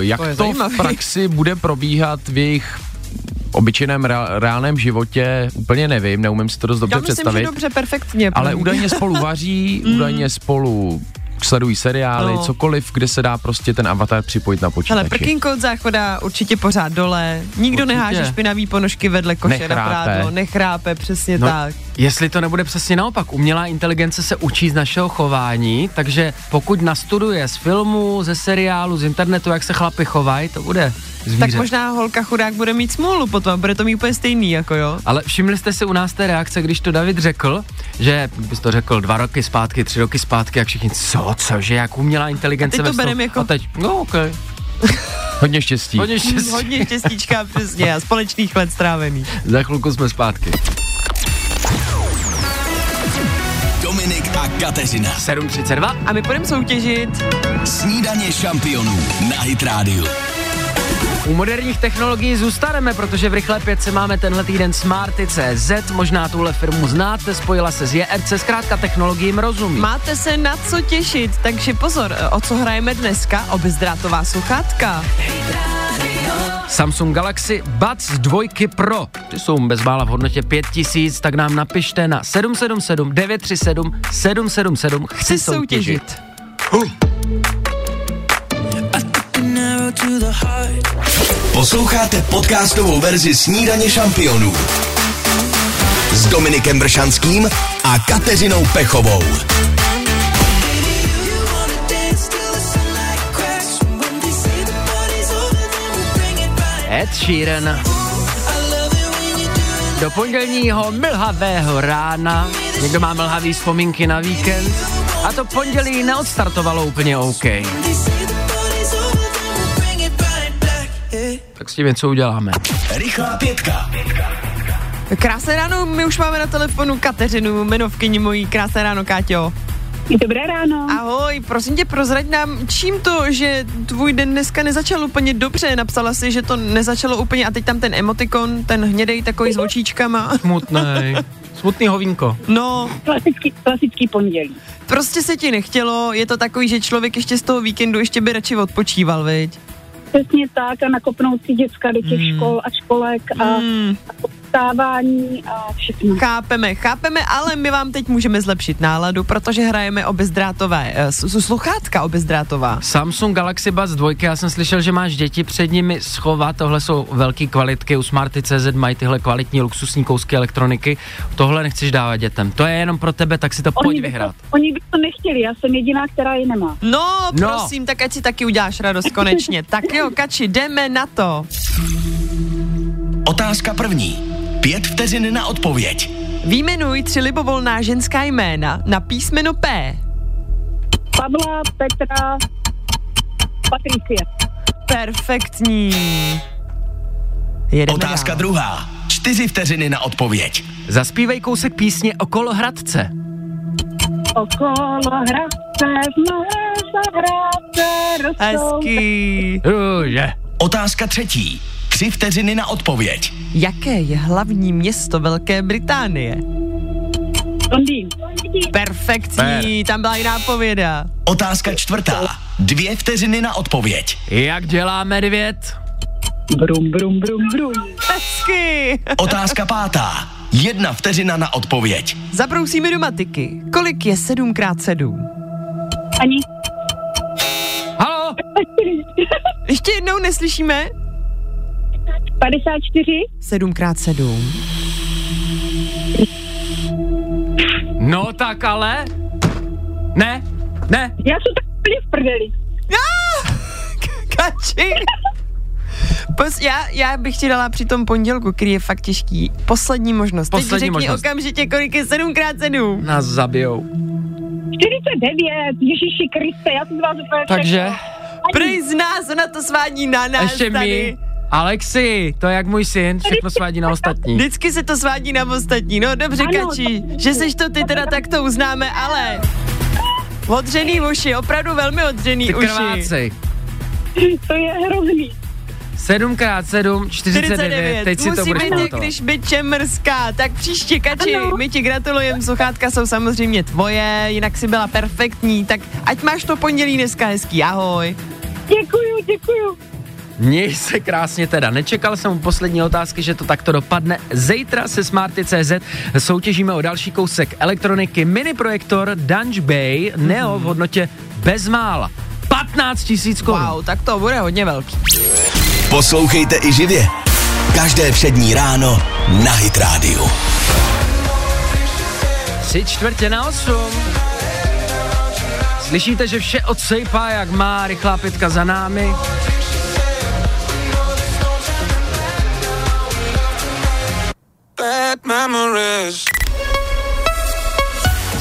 D: Jak
C: Mhm. To je
D: to, to
C: zajímavý.
D: v praxi bude probíhat v jejich obyčejném rea- reálném životě, úplně nevím, neumím si to dost dobře
C: Já myslím,
D: představit.
C: že dobře, perfektně.
D: Ale
C: První.
D: údajně spolu vaří, údajně spolu sledují seriály,
C: No.
D: cokoliv, kde se dá prostě ten avatar připojit na počítači.
C: Hele, prkinko od záchoda určitě pořád dole, nikdo
B: Určitě.
C: neháže špinavý ponožky vedle koše na
D: Nechrápe.
C: prádlo, nechrápe, přesně
B: No,
C: tak.
B: Jestli to nebude přesně naopak, umělá inteligence se učí z našeho chování, takže pokud nastuduje z filmu, ze seriálu, z internetu, jak se chlapi chovají, to bude zvíře.
C: Tak možná holka chudák bude mít smůlu potom, bude to mít úplně stejný, jako jo.
B: Ale všimli jste si u nás té reakce, když to David řekl, že bys to řekl dva roky zpátky, tři roky zpátky, jak všichni, co, co, že jak umělá inteligence
C: A teď to
B: ve snu.
C: berem jako-
B: A teď, no ok,
D: Hodně štěstí.
B: hodně štěstí.
C: Hmm, Hodně štěstíčka, přesně, a společných let strávený.
B: Za chvilku jsme zpátky.
A: Dominik a Kateřina.
B: 7.32.
C: A my půjdeme soutěžit.
A: Snídaně šampionů na Hit Radio.
B: U moderních technologií zůstaneme, protože v Rychlé pětce máme tenhle týden Smarty.cz, možná tuhle firmu znáte, spojila se s JRC, zkrátka technologiím rozumí.
C: Máte se na co e, těšit, takže pozor, o co hrajeme dneska? O bezdrátová sluchátka.
B: Samsung Galaxy Buds 2 Pro. Ty jsou bezmála v hodnotě 5000, tak nám napište na 777 937 777. Chci
C: Chci
B: soutěžit.
C: soutěžit.
F: An arrow to the heart.
A: Posloucháte podcastovou verzi Snídaně šampionů s Dominikem Bršanským a Kateřinou Pechovou.
F: You wanna dance till the sunlight cracks. When they say the party's over, then we bring it right.
B: Ed Sheeran.
F: I love it when you do it
B: Do pondělního mlhavého rána. Někdo má mlhavý vzpomínky na víkend. A to pondělí neodstartovalo úplně OK.
F: When they say the party's over, then we bring it right back. Yeah.
B: Tak s tím něco uděláme.
A: Rychlá pětka.
C: Krásné ráno, my už máme na telefonu Kateřinu, jmenovkyni mojí. Krásné ráno, Káťo.
G: Dobré ráno.
C: Ahoj, prosím tě, prozrať nám, čím to, že tvůj den dneska nezačal úplně dobře, napsala si, že to nezačalo úplně a teď tam ten emotikon, ten hnědej takový s očíčkama.
B: Smutný. Smutný hovínko.
C: No,
G: Klasický, klasický pondělí.
C: prostě se ti nechtělo, je to takový, že člověk ještě z toho víkendu ještě by radši odpočíval, viď?
G: Přesně tak a nakopnout si děcka do těch mm. škol a školek a, mm.
C: Hmm,
G: a vstávání a všechno.
C: chápeme, chápeme, ale my vám teď můžeme zlepšit náladu, protože hrajeme o bezdrátové, eh, s- s- sluchátka o bezdrátová.
B: Samsung Galaxy Buds 2, já jsem slyšel, že máš děti před nimi schovat, tohle jsou velký kvalitky, u Smarty.cz mají tyhle kvalitní luxusní kousky elektroniky, tohle nechceš dávat dětem, to je jenom pro tebe, tak si to pojď
G: by
B: vyhrát.
G: to, oni by to nechtěli, já jsem jediná, která je nemá.
C: No,
B: No.
C: prosím, tak ať si taky uděláš radost konečně. tak jo, Kači, jdeme na to.
A: Otázka první. Pět vteřin na odpověď.
C: Výjmenuj tři libovolná ženská jména na písmeno P.
G: Pavla, Petra, Patricie.
C: Perfektní. Jedeme
A: Otázka
C: dál.
A: druhá. Čtyři vteřiny na odpověď.
B: Zaspívej kousek písně Okolo Hradce.
G: Okolo hradce, v mlhé zahrádce, rostou...
C: Hezký.
B: Růže.
A: Otázka třetí. Tři vteřiny na odpověď.
C: Jaké je hlavní město Velké Británie?
G: Londýn.
C: Perfektní, tam byla i nápověda.
A: Otázka čtvrtá. Dvě vteřiny na odpověď.
B: Jak dělá medvěd?
G: Brum, brum, brum, brum.
C: Hezky.
A: Otázka pátá. Jedna vteřina na odpověď.
C: Zabrousíme do matiky. Kolik je 7x7?
G: Ani
B: Halo?
C: Ještě jednou neslyšíme?
G: 54,
C: 7x7.
B: No tak ale? Ne? Ne?
G: já jsem tak úplně v prdeli.
C: Kači. Pos, já, já bych ti dala při tom pondělku, který je fakt těžký, poslední možnost. Teď
B: Poslední
C: řekni
B: možnost.
C: okamžitě, kolik je 7x7.
B: Nás zabijou.
G: 49, Ježíši Kriste, já jsem z vás úplně
B: Takže?
C: Prej z nás, ona to svádí na Jako nás
B: Ještě
C: tady.
B: my. Alexi, to je jak můj syn, všechno svádí na ostatní.
C: Vždycky se to svádí na ostatní. No dobře,
G: Ano,
C: Kači, že seš to ty teda tak to uznáme, ale... Odřený uši, opravdu velmi odřený
B: Ty
C: uši.
B: krvácej.
G: To je hrozný.
B: 7x7, 49, 49. teď si to
C: Musíme
B: budeš
C: tě,
B: pamatovat.
C: když by čemrská, tak příště, Kači,
G: Ano.
C: my ti gratulujeme, sluchátka jsou samozřejmě tvoje, jinak si byla perfektní, tak ať máš to pondělí dneska hezký, ahoj.
G: Děkuju, děkuju.
B: Měj se krásně teda. Nečekal jsem u poslední otázky, že to takto dopadne. Zítra se Smarty.cz soutěžíme o další kousek elektroniky. Mini projektor Dunge Bay Neo v hodnotě bezmála. 15 tisíc korun.
C: Wow, tak to bude hodně velký.
A: Poslouchejte i živě. Každé přední ráno na Hit Radio.
B: Tři čtvrtě na osm. Slyšíte, že vše odsejpá, jak má rychlá pětka za námi.
F: Bad memories.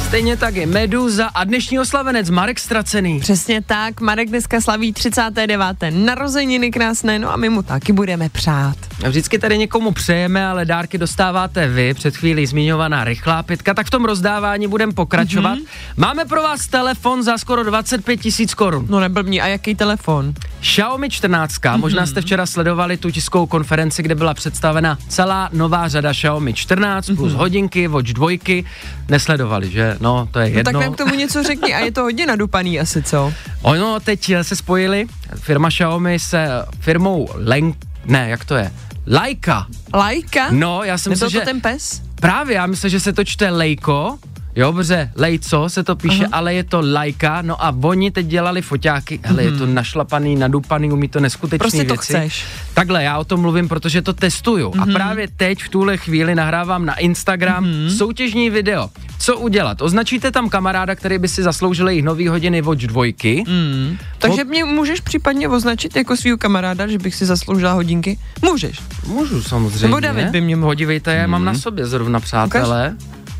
B: Stejně tak je Meduza a dnešní oslavenec Marek Stracený.
C: Přesně tak, Marek dneska slaví 39. narozeniny krásné, no a my mu taky budeme přát.
B: Vždycky tady někomu přejeme, ale dárky dostáváte vy. Před chvílí zmiňovaná rychlá pitka, tak v tom rozdávání budeme Mhm. pokračovat. Mm-hmm. Máme pro vás telefon za skoro 25 tisíc korun.
C: No neblbni, a jaký telefon?
B: Xiaomi 14,
C: Mhm.
B: možná jste včera sledovali tu tiskovou konferenci, kde byla představena celá nová řada Xiaomi 14
C: Mhm.
B: plus hodinky, Watch 2. Nesledovali, že? No, to je
C: No,
B: jedno.
C: tak nám k tomu něco řekni a je to hodně nadupaný asi, co?
B: Ono teď eh, se spojili, firma Xiaomi se eh, firmou Len... Ne, jak to je? Leica.
C: Lajka?
B: No, já jsem
C: Nebyl
B: myslel,
C: to
B: že...
C: ten pes?
B: Právě, já myslím, že se to čte Lejko, jo, dobře, Lejco se to píše, ale je to Lajka, no a oni teď dělali foťáky, hele, je to našlapaný, nadupaný, umí to neskutečný
C: Mhm. Prostě to
B: věci.
C: chceš. Mhm.
B: Takhle, já o tom mluvím, protože to testuju a právě teď v tuhle chvíli nahrávám na Instagram soutěžní video. Co udělat? Označíte tam kamaráda, který by si zasloužil jejich nový hodiny Watch dvojky.
C: Mm. Takže mě můžeš případně označit jako svýho kamaráda, že bych si zasloužila hodinky? Můžeš.
B: Můžu samozřejmě. Mhm.
C: Nebo David by mě mohl.
B: Podívejte, já mám na sobě zrovna, přátelé,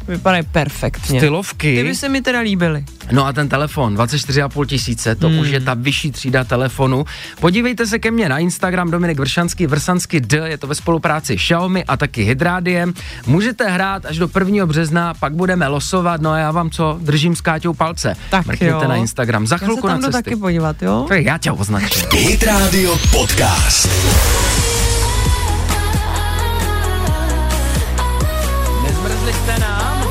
C: Vypadají perfektně.
B: stylovky.
C: Ty by se mi teda líbily.
B: No a ten telefon, 24,5 tisíce,
C: Hmm.
B: to už je ta vyšší třída telefonu. Podívejte se ke mně na Instagram Dominik Vršanský, Vrsanský D, je to ve spolupráci Xiaomi a taky Hydrádiem. Můžete hrát až do 1. března, pak budeme losovat, no a já vám co, držím s Káťou palce.
C: Tak
B: Mrkněte
C: jo.
B: na Instagram, za
C: Já se
B: chvilku
C: tam
B: na
C: jdu
B: cesty.
C: taky podívat, jo?
B: Tak já tě označím.
A: Hit Radio Podcast.
B: Nezmrzli jste nám?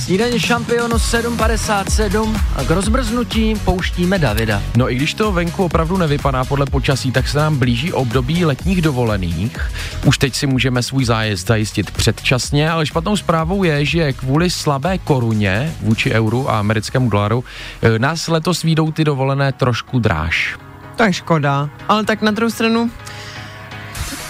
B: Snídaně šampionu 7.57 a k rozmrznutí pouštíme Davida.
D: No i když to venku opravdu nevypadá podle počasí, tak se nám blíží období letních dovolených. Už teď si můžeme svůj zájezd zajistit předčasně, ale špatnou zprávou je, že kvůli slabé koruně vůči euru a americkému dolaru eh, nás letos výjdou ty dovolené trošku dráž.
C: To je škoda. Ale tak na druhou stranu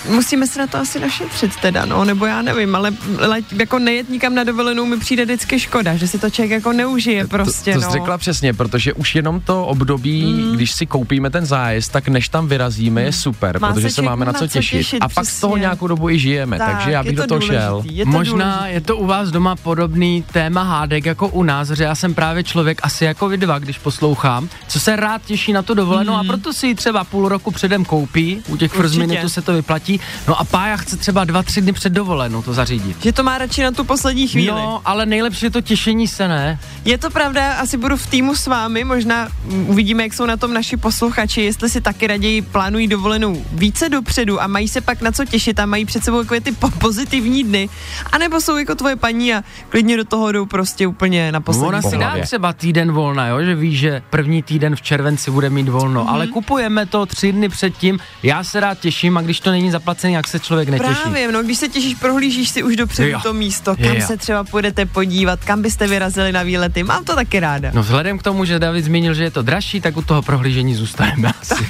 C: musíme se na to asi našetřit teda, no, nebo já nevím, ale let, jako nejet nikam na dovolenou mi přijde vždycky škoda, že si to člověk jako neužije prostě,
D: to, to
C: no.
D: jsi řekla přesně, protože už jenom to období, mm. když si koupíme ten zájezd, tak než tam vyrazíme, je super,
C: Mm. Má se
D: protože se
C: člověk
D: máme na co těšit. a pak z toho
C: přesně.
D: nějakou dobu i žijeme, tak, takže já
C: je
D: bych do toho
C: důležitý,
D: šel.
C: Je to
B: Možná
C: důležitý.
B: je to u vás doma podobný téma hádek jako u nás, že já jsem právě člověk asi jako vy dva, když poslouchám, co se rád těší na to dovolenou a proto si ji třeba půl roku předem koupí, u těch first
C: Mhm. Určitě.
B: minutu se to vyplatí, no a pája chce třeba dva, tři dny před dovolenou to zařídit.
C: Že to má radši na tu poslední chvíli.
B: No, ale nejlepší je to těšení se, ne?
C: Je to pravda, asi budu v týmu s vámi, možná mm, uvidíme, jak jsou na tom naši posluchači, jestli si taky raději plánují dovolenou více dopředu a mají se pak na co těšit a mají před sebou takové ty po- pozitivní dny, anebo jsou jako tvoje paní a klidně do toho jdou prostě úplně na poslední.
B: Ona si dá
D: hlavě.
B: třeba týden volna, jo? že ví, že první týden v červenci bude mít volno,
C: Mhm.
B: ale kupujeme to tři dny předtím, já se rád těším a když to není zaplacený, jak se člověk netěší.
C: Právě, no, když se těšíš, prohlížíš si už dopředu
B: Jo.
C: to místo, kam
B: Jo.
C: se třeba půjdete podívat, kam byste vyrazili na výlety. Mám to taky ráda.
B: No vzhledem k tomu, že David zmínil, že je to dražší, tak u toho prohlížení zůstaneme asi.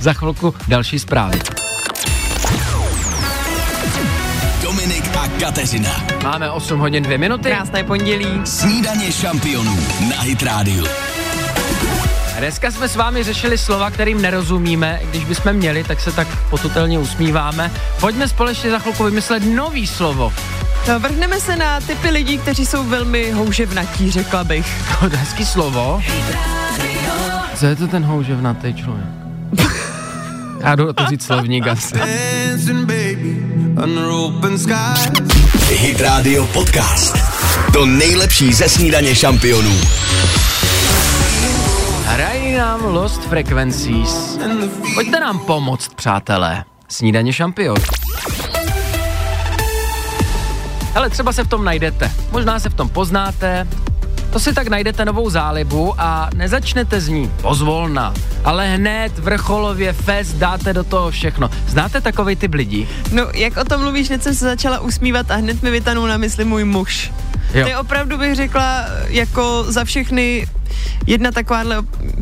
B: Za chvilku další zprávy.
A: Dominik a Kateřina.
B: Máme 8 hodin 2 minuty.
C: Krásné pondělí.
A: Snídaně šampionů na Hit Radio.
B: Dneska jsme s vámi řešili slova, kterým nerozumíme. Když bychom měli, tak se tak potutelně usmíváme. Pojďme společně za chvilku vymyslet nový slovo.
C: No, Vrhneme se na typy lidí, kteří jsou velmi houževnatí, řekla bych.
B: To je hezký slovo. Co je to ten houževnatý člověk? Já jdu otevřít slovník asi.
F: Dancing, baby, under open skies.
A: Hit Radio Podcast. To nejlepší ze snídaně šampionů.
B: Hrají nám Lost Frequencies. Pojďte nám pomoct, přátelé. Snídaně šampion. Hele, třeba se v tom najdete. Možná se v tom poznáte. To si tak najdete novou zálibu a nezačnete z ní pozvolna, ale hned vrcholově fest dáte do toho všechno. Znáte takový typ lidí?
C: No, jak o tom mluvíš, hned jsem se začala usmívat a hned mi vytanul na mysli můj muž.
B: Jo.
C: Jo. To je opravdu, bych řekla, jako za všechny jedna takováhle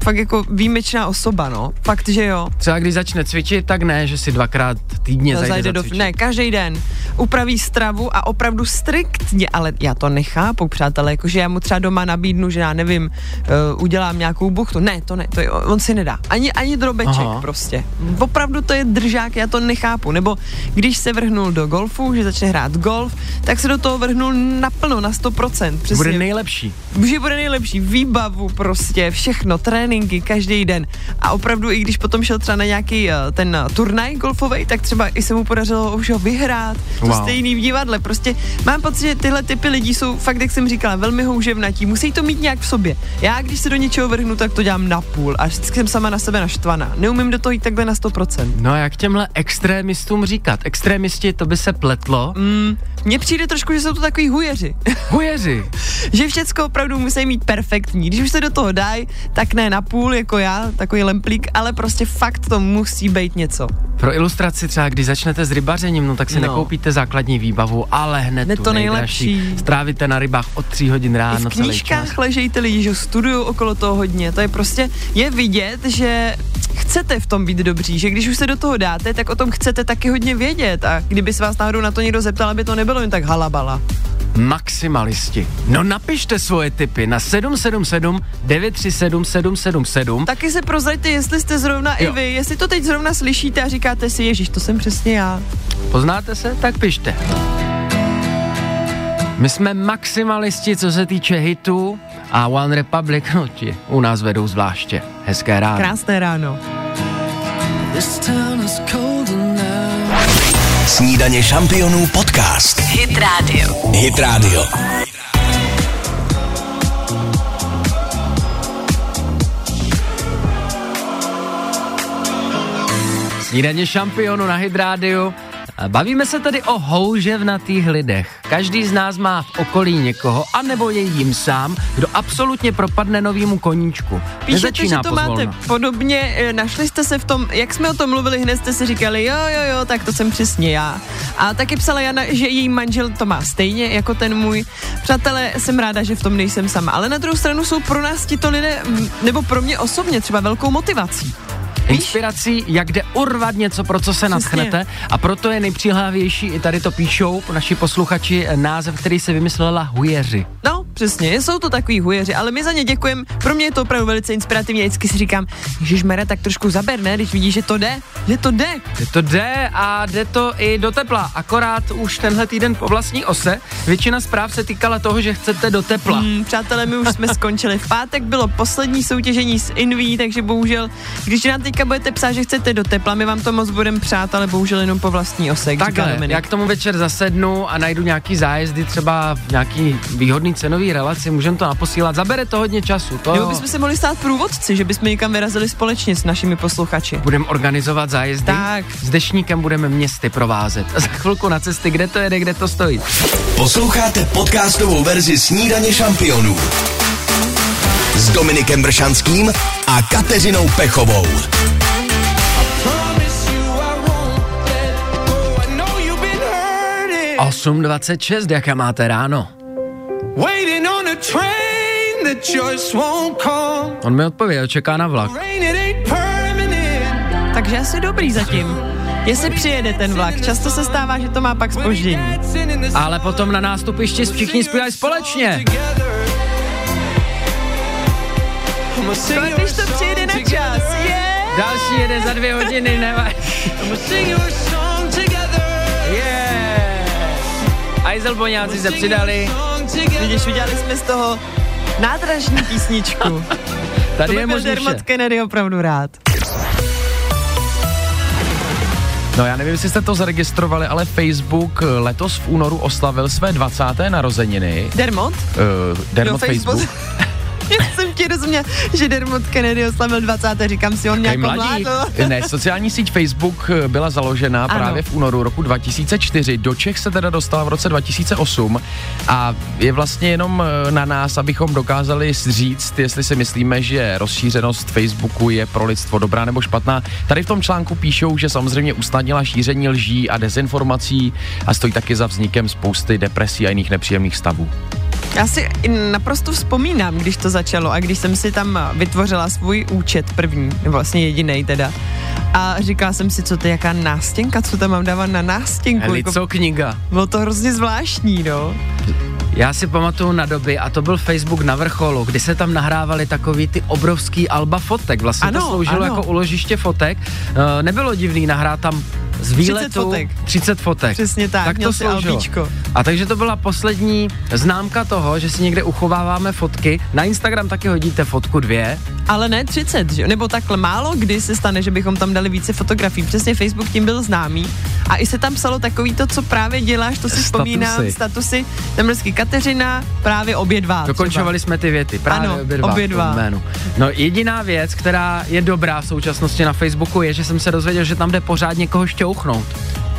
C: fakt jako výjimečná osoba, no. Fakt, že jo.
B: Třeba když začne cvičit, tak ne, že si dvakrát týdně zajde, zajde
C: No, do, ne, každý den. Upraví stravu a opravdu striktně, ale já to nechápu, přátelé, jakože já mu třeba doma nabídnu, že já nevím, uh, udělám nějakou buchtu. Ne, to ne, to je, on si nedá. Ani, ani drobeček
B: Aha.
C: Aha. prostě. Opravdu to je držák, já to nechápu. Nebo když se vrhnul do golfu, že začne hrát golf, tak se do toho vrhnul naplno, na 100%. Přesně
B: Bude nejlepší.
C: že bude nejlepší výbavu prostě, všechno, tréninky každý den. A opravdu, i když potom šel třeba na nějaký eh, ten eh, turnaj golfový, tak třeba i se mu podařilo už ho vyhrát, to
B: Wow.
C: stejný v divadle. Prostě mám pocit, že tyhle typy lidí jsou fakt, jak jsem říkala, velmi houževnatí. Musí to mít nějak v sobě. Já, když se do něčeho vrhnu, tak to dělám napůl a vždycky jsem sama na sebe naštvaná. Neumím do toho jít takhle na 100%.
B: No a jak těmhle extrémistům říkat? Extrémisti, to by se pletlo.
C: Mm, mně přijde trošku, že jsou to takový hujeři.
B: Hujeři.
C: že všecko opravdu musí mít perfektní. Když už se do toho dají, tak ne na půl, jako já, takový lemplík, ale prostě fakt to musí být něco.
B: Pro ilustraci třeba, když začnete s rybařením, no tak si
C: No.
B: no. nekoupíte základní výbavu, ale hned
C: Hned
B: tu
C: to
B: nejdražší.
C: nejlepší.
B: Strávíte na rybách od 3 hodin
C: I
B: ráno celý
C: v
B: čas.
C: knížkách ležejí ty lidi, že studují okolo toho hodně. To je prostě, je vidět, že chcete v tom být dobří, že když už se do toho dáte, tak o tom chcete taky hodně vědět. A kdyby se vás náhodou na to někdo zeptal, aby to nebylo jen tak halabala.
B: Maximalisti. No napište svoje tipy na 777 937 777.
C: Taky se prozraďte, jestli jste zrovna jo. i
B: Jo.
C: vy, jestli to teď zrovna slyšíte a říkáte si, Ježíš, to jsem přesně já.
B: Poznáte se? Tak pište. My jsme maximalisti, co se týče hitů a One Republic, no ti u nás vedou zvláště. Hezké ráno.
C: Krásné ráno.
F: This town is cold enough.
A: Snídaně šampionů podcast. Hit Radio. Hit Radio.
B: Snídaně šampionu na Hydrádiu. A Bavíme se tady o houževnatých lidech. Každý z nás má v okolí někoho, anebo je jim sám, kdo absolutně propadne novýmu koníčku.
C: Píšete, že
B: Nezačíná
C: to
B: pozvolna.
C: máte podobně, eh, našli jste se v tom, jak jsme o tom mluvili, hned jste si říkali, jo, jo, jo, tak to jsem přesně já. A taky psala Jana, že její manžel to má stejně jako ten můj. Přátelé, jsem ráda, že v tom nejsem sama. Ale na druhou stranu jsou pro nás tito lidé, mm, nebo pro mě osobně třeba velkou motivací. Víš?
B: Inspirací, jak jde urvat něco, pro co se natchnete. A proto je nejpřihlavější, i tady to píšou naši posluchači, název, který se vymyslela Hujeři.
C: No, přesně, jsou to takový hujeři, ale my za ně děkujeme. Pro mě je to opravdu velice inspirativní. Já vždycky si říkám, že Mera tak trošku zaber, ne, když vidí, že to jde, že to jde.
B: Jde to jde a jde to i do tepla. Akorát už tenhle týden po vlastní ose většina zpráv se týkala toho, že chcete do tepla.
C: Mm, přátelé, my už jsme skončili. V pátek bylo poslední soutěžení s Inví, takže bohužel, když nám teďka budete psát, že chcete do tepla, my vám to moc budeme přát, ale bohužel jenom po vlastní ose. jak říká
B: Takhle,
C: Dominik.
B: já k tomu večer zasednu a najdu nějaký zájezdy, třeba v nějaký výhodný cenový relaci, můžeme to naposílat, zabere to hodně času, to
C: Jo, bychom se mohli stát průvodci, že bychom někam vyrazili společně s našimi posluchači.
B: budeme organizovat zájezdy,
C: Tak.
B: s dešníkem budeme městy provázet. A za chvilku na cesty, kde to jede, kde to stojí.
A: Posloucháte podcastovou verzi Snídaně šampionů s Dominikem Bršanským a Kateřinou Pechovou.
F: Promise you I won't let go. I know you've been hurting.
B: 8.26, jaké máte ráno?
F: Waiting on a train that just won't come.
B: On mi odpověděl, čeká na vlak.
F: Rain, it ain't permanent.
C: Takže asi dobrý zatím. Jestli přijede ten vlak, často se stává, že to má pak spoždění.
F: Dancing in the
B: Ale potom na nástupišti všichni zpívali společně.
C: Když to přijede na čas, je!
B: Další jede za dvě hodiny, nevadí. Yeah. Ajzelboňáci se přidali.
C: Vidíš, udělali jsme z toho nádražní písničku. To
B: Tady
C: by
B: je
C: byl
B: možný vše.
C: Dermot Kennedy opravdu rád.
D: No já nevím, jestli jste to zaregistrovali, ale Facebook eh, letos v únoru oslavil své 20. narozeniny.
C: Dermot?
D: Uh, Dermot
C: Jo,
D: Facebook.
C: Já jsem ti rozuměla, že Dermot Kennedy oslavil 20. Říkám si, on jako
D: Takový
C: nějak mládl.
D: Ne, sociální síť Facebook eh, byla založena
C: Ano.
D: ano. právě v únoru roku 2004. Do Čech se teda dostala v roce 2008 a je vlastně jenom eh, na nás, abychom dokázali říct, jestli si myslíme, že rozšířenost Facebooku je pro lidstvo dobrá nebo špatná. Tady v tom článku píšou, že samozřejmě usnadnila šíření lží a dezinformací a stojí taky za vznikem spousty depresí a jiných nepříjemných stavů.
C: Já si naprosto vzpomínám, když to začalo a když jsem si tam vytvořila svůj účet první, nebo vlastně jediný teda. A říkala jsem si, co to je, jaká nástěnka, co tam mám dávat na nástěnku. Jako,
B: Lico kniha.
C: bylo to hrozně zvláštní, no.
B: Já si pamatuju na doby, a to byl Facebook na vrcholu, kdy se tam nahrávali takový ty obrovský alba fotek. Vlastně
C: Ano,
B: to sloužilo
C: ano.
B: jako uložiště fotek. E, nebylo divný nahrát tam z
C: 30
B: výletu
C: fotek.
B: 30 fotek.
C: Přesně tak,
B: tak
C: měl
B: to
C: si
B: sloužilo.
C: albíčko.
B: A takže to byla poslední známka toho, že si někde uchováváme fotky. Na Instagram taky hodíte fotku dvě.
C: Ale ne 30, že? jo? nebo takhle málo kdy se stane, že bychom tam dali více fotografií. Přesně Facebook tím byl známý A i se tam psalo takový to, co právě děláš, to si
H: Statusy.
C: vzpomínám, statusy. Temrsky Kateřina, právě obě dva. třeba.
B: Dokončovali jsme ty věty, právě
C: Ano,
B: obě dva.
C: obě
B: v tom
C: dva.
B: Jménu. No jediná věc, která je dobrá v současnosti na Facebooku, je, že jsem se dozvěděl, že tam jde pořád někoho šťouchnout.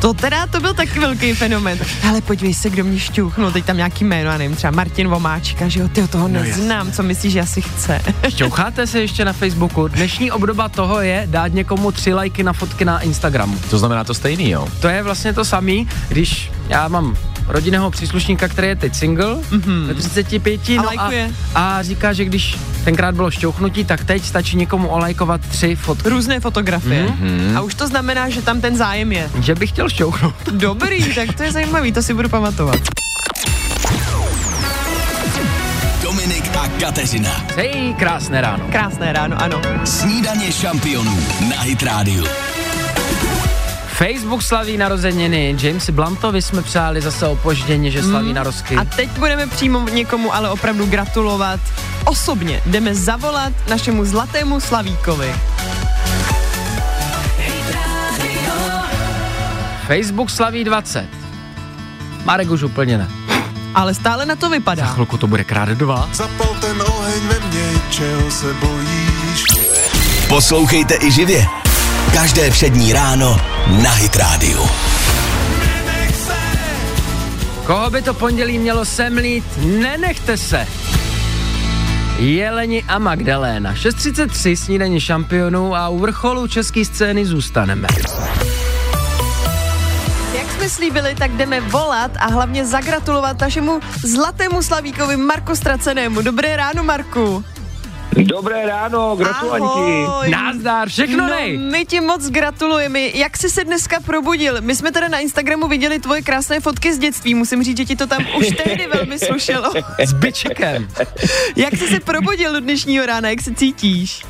C: To teda, to byl taky velký fenomen. Ale podívej se, kdo mě šťouchnul, teď tam nějaký jméno, já nevím, třeba Martin Vomáčka, že jo, ty toho neznám, co myslíš, že asi chce.
B: Šťoucháte se ještě na Facebooku? Dnešní obdoba toho je dát někomu tři lajky na fotky na Instagramu.
H: To znamená to stejný, jo?
B: To je vlastně to samý, když já mám rodinného příslušníka, který je teď single, mm-hmm. ve 35,
C: A
B: no a,
C: lajkuje.
B: a říká, že když tenkrát bylo šťouchnutí, tak teď stačí někomu olajkovat tři fotky.
C: Různé fotografie. Mm-hmm. A už to znamená, že tam ten zájem je.
B: Že bych chtěl šťouchnout.
C: Dobrý, tak to je zajímavý, to si budu pamatovat.
A: Dominik a Kateřina.
B: Hej, krásné ráno.
C: Krásné ráno, ano.
A: Snídaně šampionů na Hit Radio.
B: Facebook slaví narozeniny. Jamesi Blantovi jsme přáli zase opožděně, že slaví mm. narozky.
C: A teď budeme přímo někomu ale opravdu gratulovat. Osobně jdeme zavolat našemu zlatému Slavíkovi.
B: Facebook slaví 20. Marek už úplně ne.
C: Ale stále na to vypadá.
B: Chvilku to bude krát dva.
I: Zapal ten oheň ve mně, čeho se bojíš.
A: Poslouchejte i živě. Každé přední ráno na Hit Radio.
B: Koho by to pondělí mělo semlít? Nenechte se! Jeleni a Magdaléna. 6.33 snídaní šampionů a u vrcholu české scény zůstaneme.
C: Jak jsme slíbili, tak jdeme volat a hlavně zagratulovat našemu zlatému Slavíkovi Marku Stracenému. Dobré ráno, Marku.
D: Dobré ráno, gratulanti.
C: Ahoj.
B: Nazdar, všechno nej!
C: No, my ti moc gratulujeme. Jak jsi se dneska probudil? My jsme teda na Instagramu viděli tvoje krásné fotky z dětství. Musím říct, že ti to tam už tehdy velmi slušelo.
B: S bičekem.
C: Jak jsi se probudil do dnešního rána? Jak se cítíš?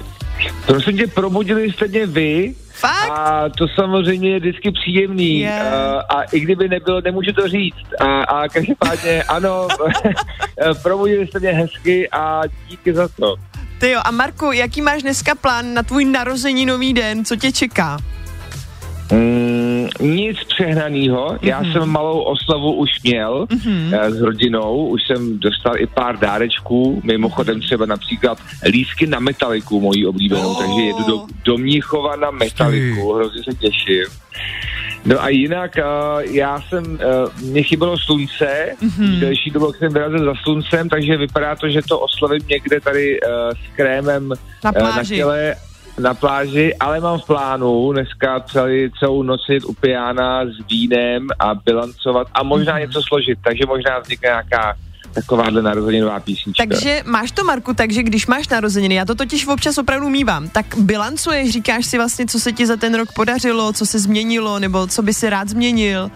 D: Prosím tě, probudili jste mě vy
C: Fakt?
D: a eh, to samozřejmě je vždycky příjemný
C: Je.
D: a, a i kdyby nebylo, nemůžu to říct. A, a každopádně ano, probudili jste mě hezky a díky za to.
C: Ty jo, a Marku, jaký máš dneska plán na tvůj narozeninový den? Co tě čeká?
D: Mm, nic přehnaného. Mm-hmm.
C: Mhm.
D: Já jsem malou oslavu už měl mm-hmm. s rodinou, už jsem dostal i pár dárečků, mimochodem třeba například lísky na metaliku, moji oblíbenou,
C: Oh.
D: oh. takže jedu do, do Mnichova na metaliku, hrozně se těším. No a jinak, uh, já jsem, uh, mě chybělo slunce,
C: Mhm.
D: mm-hmm. delší dobu jsem vyrazil za sluncem, takže vypadá to, že to oslavím někde tady uh, s krémem
C: Na
D: eh,
C: pláži.
D: na těle, na pláži, ale mám v plánu dneska celý, celou noc jet u piana s vínem a bilancovat a možná něco složit, takže možná vznikne nějaká takováhle narozeninová písnička.
C: Takže máš to, Marku, takže když máš narozeniny, já to totiž občas opravdu mývám, tak bilancuješ, říkáš si vlastně, co se ti za ten rok podařilo, co se změnilo, nebo co by si rád změnil.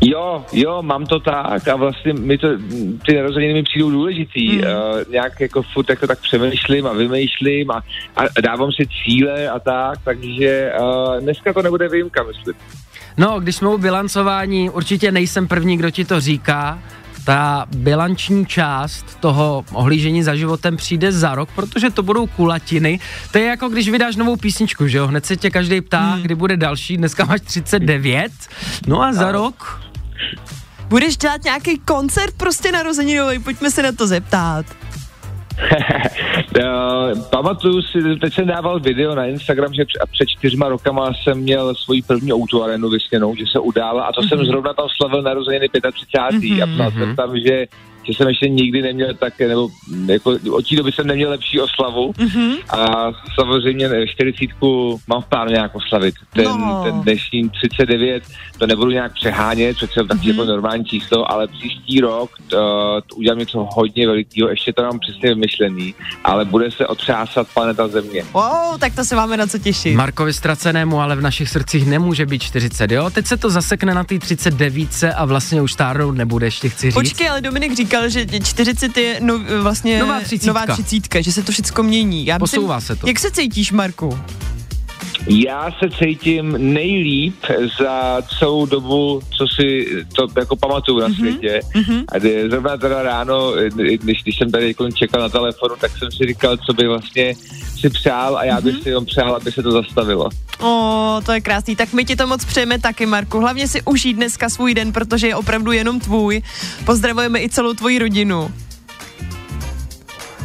D: Jo, jo, mám to tak a vlastně mi to, m, ty narozeniny mi přijdou důležitý. Mm. Uh, nějak jako furt jako tak přemýšlím a vymýšlím a, a dávám si cíle a tak, takže uh, dneska to nebude výjimka, myslím.
B: No, když jsme u bilancování, určitě nejsem první, kdo ti to říká. Ta bilanční část toho ohlížení za životem přijde za rok, protože to budou kulatiny. To je jako když vydáš novou písničku, že jo? Hned se tě každý ptá, hmm. kdy bude další. Dneska máš 39. No a za rok
C: Budeš dělat nějaký koncert prostě narozeninový, pojďme se na to zeptat.
D: Uh, pamatuju si, teď jsem dával video na Instagram, že před, před čtyřma rokama jsem měl svoji první autoarenu vysněnou, že se udála a to mm-hmm. jsem zrovna tam slavil narozeniny 35. Mm-hmm. a psal jsem tam, že že jsem ještě nikdy neměl tak, nebo mm, jako, od té doby jsem neměl lepší oslavu mm-hmm. a samozřejmě ne, 40 mám v plánu nějak oslavit. Ten,
C: No.
D: no. ten dnešní 39, to nebudu nějak přehánět, přece jsem taky jako normální číslo, ale příští rok uh, udělám něco hodně velikého, ještě to mám přesně vymyšlený, ale bude se otřásat planeta Země.
C: Wow, tak to se máme na co těšit.
B: Markovi ztracenému, ale v našich srdcích nemůže být 40, jo? Teď se to zasekne na té 39 a vlastně už stárnout nebudeš, ti chci říct.
C: Počkej, ale Dominik říkal, že 40 je no, vlastně
B: Nová třicítka.
C: nová třicítka, že se to všechno mění. Já
B: Posouvá se to.
C: Jak se cítíš, Marku?
J: Já se cítím nejlíp za celou dobu, co si to jako pamatuju na světě. Mm-hmm. A kdy- zrovna teda ráno, eh, když, když jsem tady jako čekal na telefonu, tak jsem si říkal, co by vlastně si přál a já bych si jenom přál, aby se to zastavilo.
C: O, to je krásný. Tak my ti to moc přejeme taky, Marku. Hlavně si užij dneska svůj den, protože je opravdu jenom tvůj. Pozdravujeme i celou tvoji rodinu.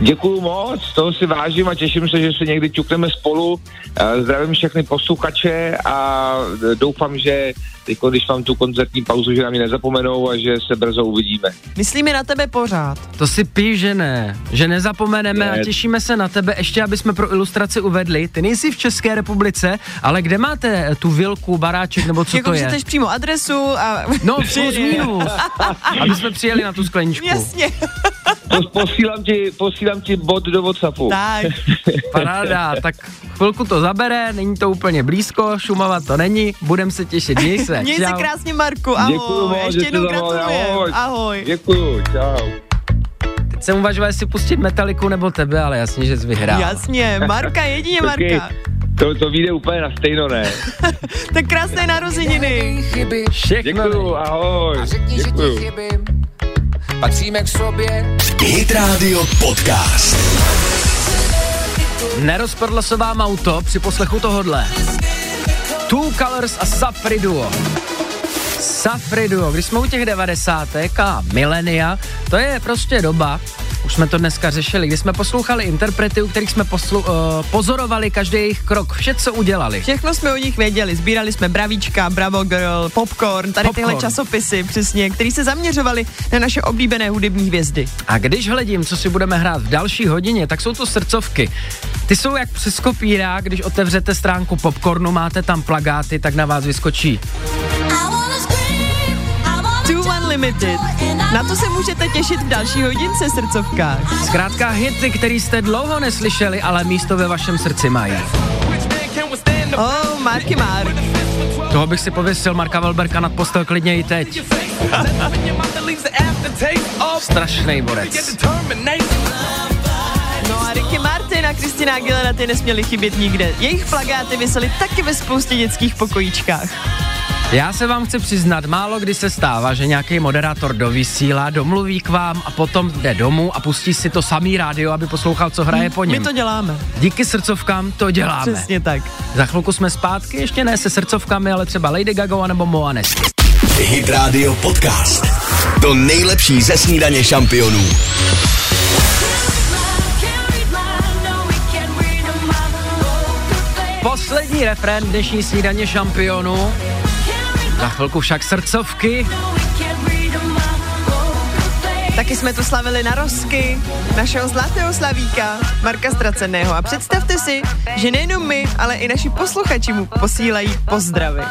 J: Děkuju moc, toho si vážím a těším se, že se někdy ťukneme spolu. Eh, Zdravím všechny posluchače a eh, doufám, že teď, když mám tu koncertní pauzu, že na mě nezapomenou a že se brzo uvidíme.
C: Myslíme na tebe pořád.
B: To si pí, že ne, že nezapomeneme
J: Ne.
B: a těšíme se na tebe, ještě aby jsme pro ilustraci uvedli, ty nejsi v České republice, ale kde máte eh, tu vilku, baráček nebo co
C: jako,
B: to
C: že
B: je?
C: chceš přímo adresu a...
B: No, plus minus, aby jsme přijeli na tu skleničku.
C: Jasně,
J: Pos- Posílám ti, posílám ti bod do Whatsappu.
C: tak.
B: Paráda, tak chvilku to zabere, není to úplně blízko, Šumava to není, budem se těšit, měj se.
C: Měj se
B: Čau.
C: krásně, Marku, ahoj.
J: Děkuju moc, že
C: Ještě
J: jste
C: jednou
J: zavolal,
C: gratulujem,
J: ahoj.
C: ahoj.
J: Děkuju, čau.
B: Teď jsem uvažoval, jestli pustit Metaliku nebo tebe, ale jasně, že jsi vyhrál.
C: Jasně, Marka, jedině Marka.
J: Počkej, To, to vyjde úplně na stejno, ne?
C: Tak krásné narozeniny.
B: Všechno.
J: Děkuju, ahoj. Děkuju.
A: Hit Radio Podcast.
B: Nerozpadlo se vám auto při poslechu tohodle. Two Colors a Safri Duo. Safri Duo, když jsme u těch devadesátek a milenia, to je prostě doba, už jsme to dneska řešili, kdy jsme poslouchali interprety, u kterých jsme poslu, uh, pozorovali každý jejich krok, vše, co udělali.
C: Všechno jsme o nich věděli. Sbírali jsme Bravíčka, Bravo Girl, Popcorn, tady tyhle
B: Popcorn.
C: časopisy přesně, které se zaměřovaly na naše oblíbené hudební hvězdy.
B: A když hledím, co si budeme hrát v další hodině, tak jsou to srdcovky. Ty jsou jak přes kopírák, když otevřete stránku popcornu, máte tam plagáty, tak na vás vyskočí.
C: Two Unlimited. Na to se můžete těšit v další hodince srdcovkách.
B: Zkrátka hity, který jste dlouho neslyšeli, ale místo ve vašem srdci mají.
C: Oh, Marky Mark.
B: Toho bych si pověsil Marka Velberka nad postel klidně i teď. Strašný borec.
C: No a Ricky Martin a Kristina Aguilera ty nesměly chybět nikde. Jejich plagáty visely taky ve spoustě dětských pokojíčkách.
B: Já se vám chci přiznat, málo kdy se stává, že nějaký moderátor dovysílá, domluví k vám a potom jde domů a pustí si to samý rádio, aby poslouchal, co hraje po
C: My
B: něm.
C: to děláme.
B: Díky srdcovkám to děláme.
C: Přesně tak.
B: Za chvilku jsme zpátky, ještě ne se srdcovkami, ale třeba Lady Gaga nebo Moanes.
A: Hit Radio Podcast. To nejlepší ze snídaně šampionů.
B: Poslední refrén dnešní snídaně šampionů. Za chvilku však srdcovky.
C: Taky jsme tu slavili na Rosky, našeho zlatého slavíka, Marka Ztraceného. A představte si, že nejenom my, ale i naši posluchači mu posílají pozdravy.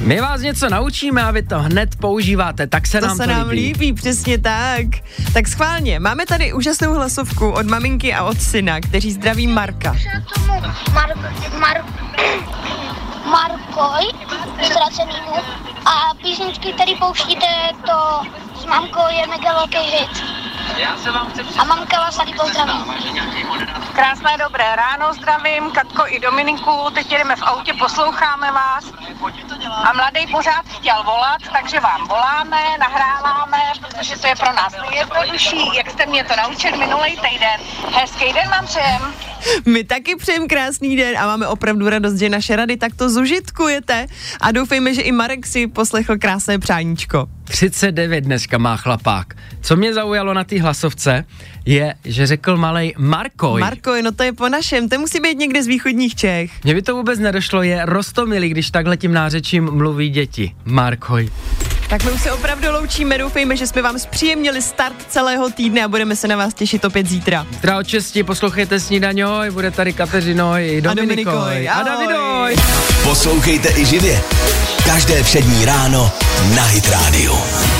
B: My vás něco naučíme a vy to hned používáte, tak se
C: To
B: nám
C: se
B: to
C: nám
B: líbí.
C: líbí, přesně tak. Tak schválně, máme tady úžasnou hlasovku od maminky a od syna, kteří zdraví Marka.
K: tomu Mar- Mar- Markoj, ztracenýmu. A písničky, které pouštíte, to s mamkou je mega velký hit. A mamka vás tady pozdraví.
G: Krásné dobré ráno, zdravím Katko i Dominiku, teď jedeme v autě, posloucháme vás. A mladý pořád chtěl volat, takže vám voláme, nahráváme, protože to je pro nás nejjednodušší, jak jste mě to naučil minulý týden. Hezký den vám přejem.
C: My taky přejeme krásný den a máme opravdu radost, že naše rady takto zužitkujete a doufejme, že i Marek si poslechl krásné přáníčko.
B: 39 dneska má chlapák. Co mě zaujalo na té hlasovce, je, že řekl malej Markoj.
C: Marko, no to je po našem, to musí být někde z východních Čech.
B: Mně by to vůbec nedošlo, je rostomilý, když takhle tím nářečím mluví děti. Markoj.
C: Tak my už se opravdu loučíme, doufejme, že jsme vám zpříjemnili start celého týdne a budeme se na vás těšit opět zítra.
B: Teda od česti poslouchejte snídaňoj, bude tady Kateřinoj, Dominikoj
C: Dominikoj,
B: a
C: ahoj.
B: Davidoj.
A: Poslouchejte i živě. Každé přední ráno na Hit Radio.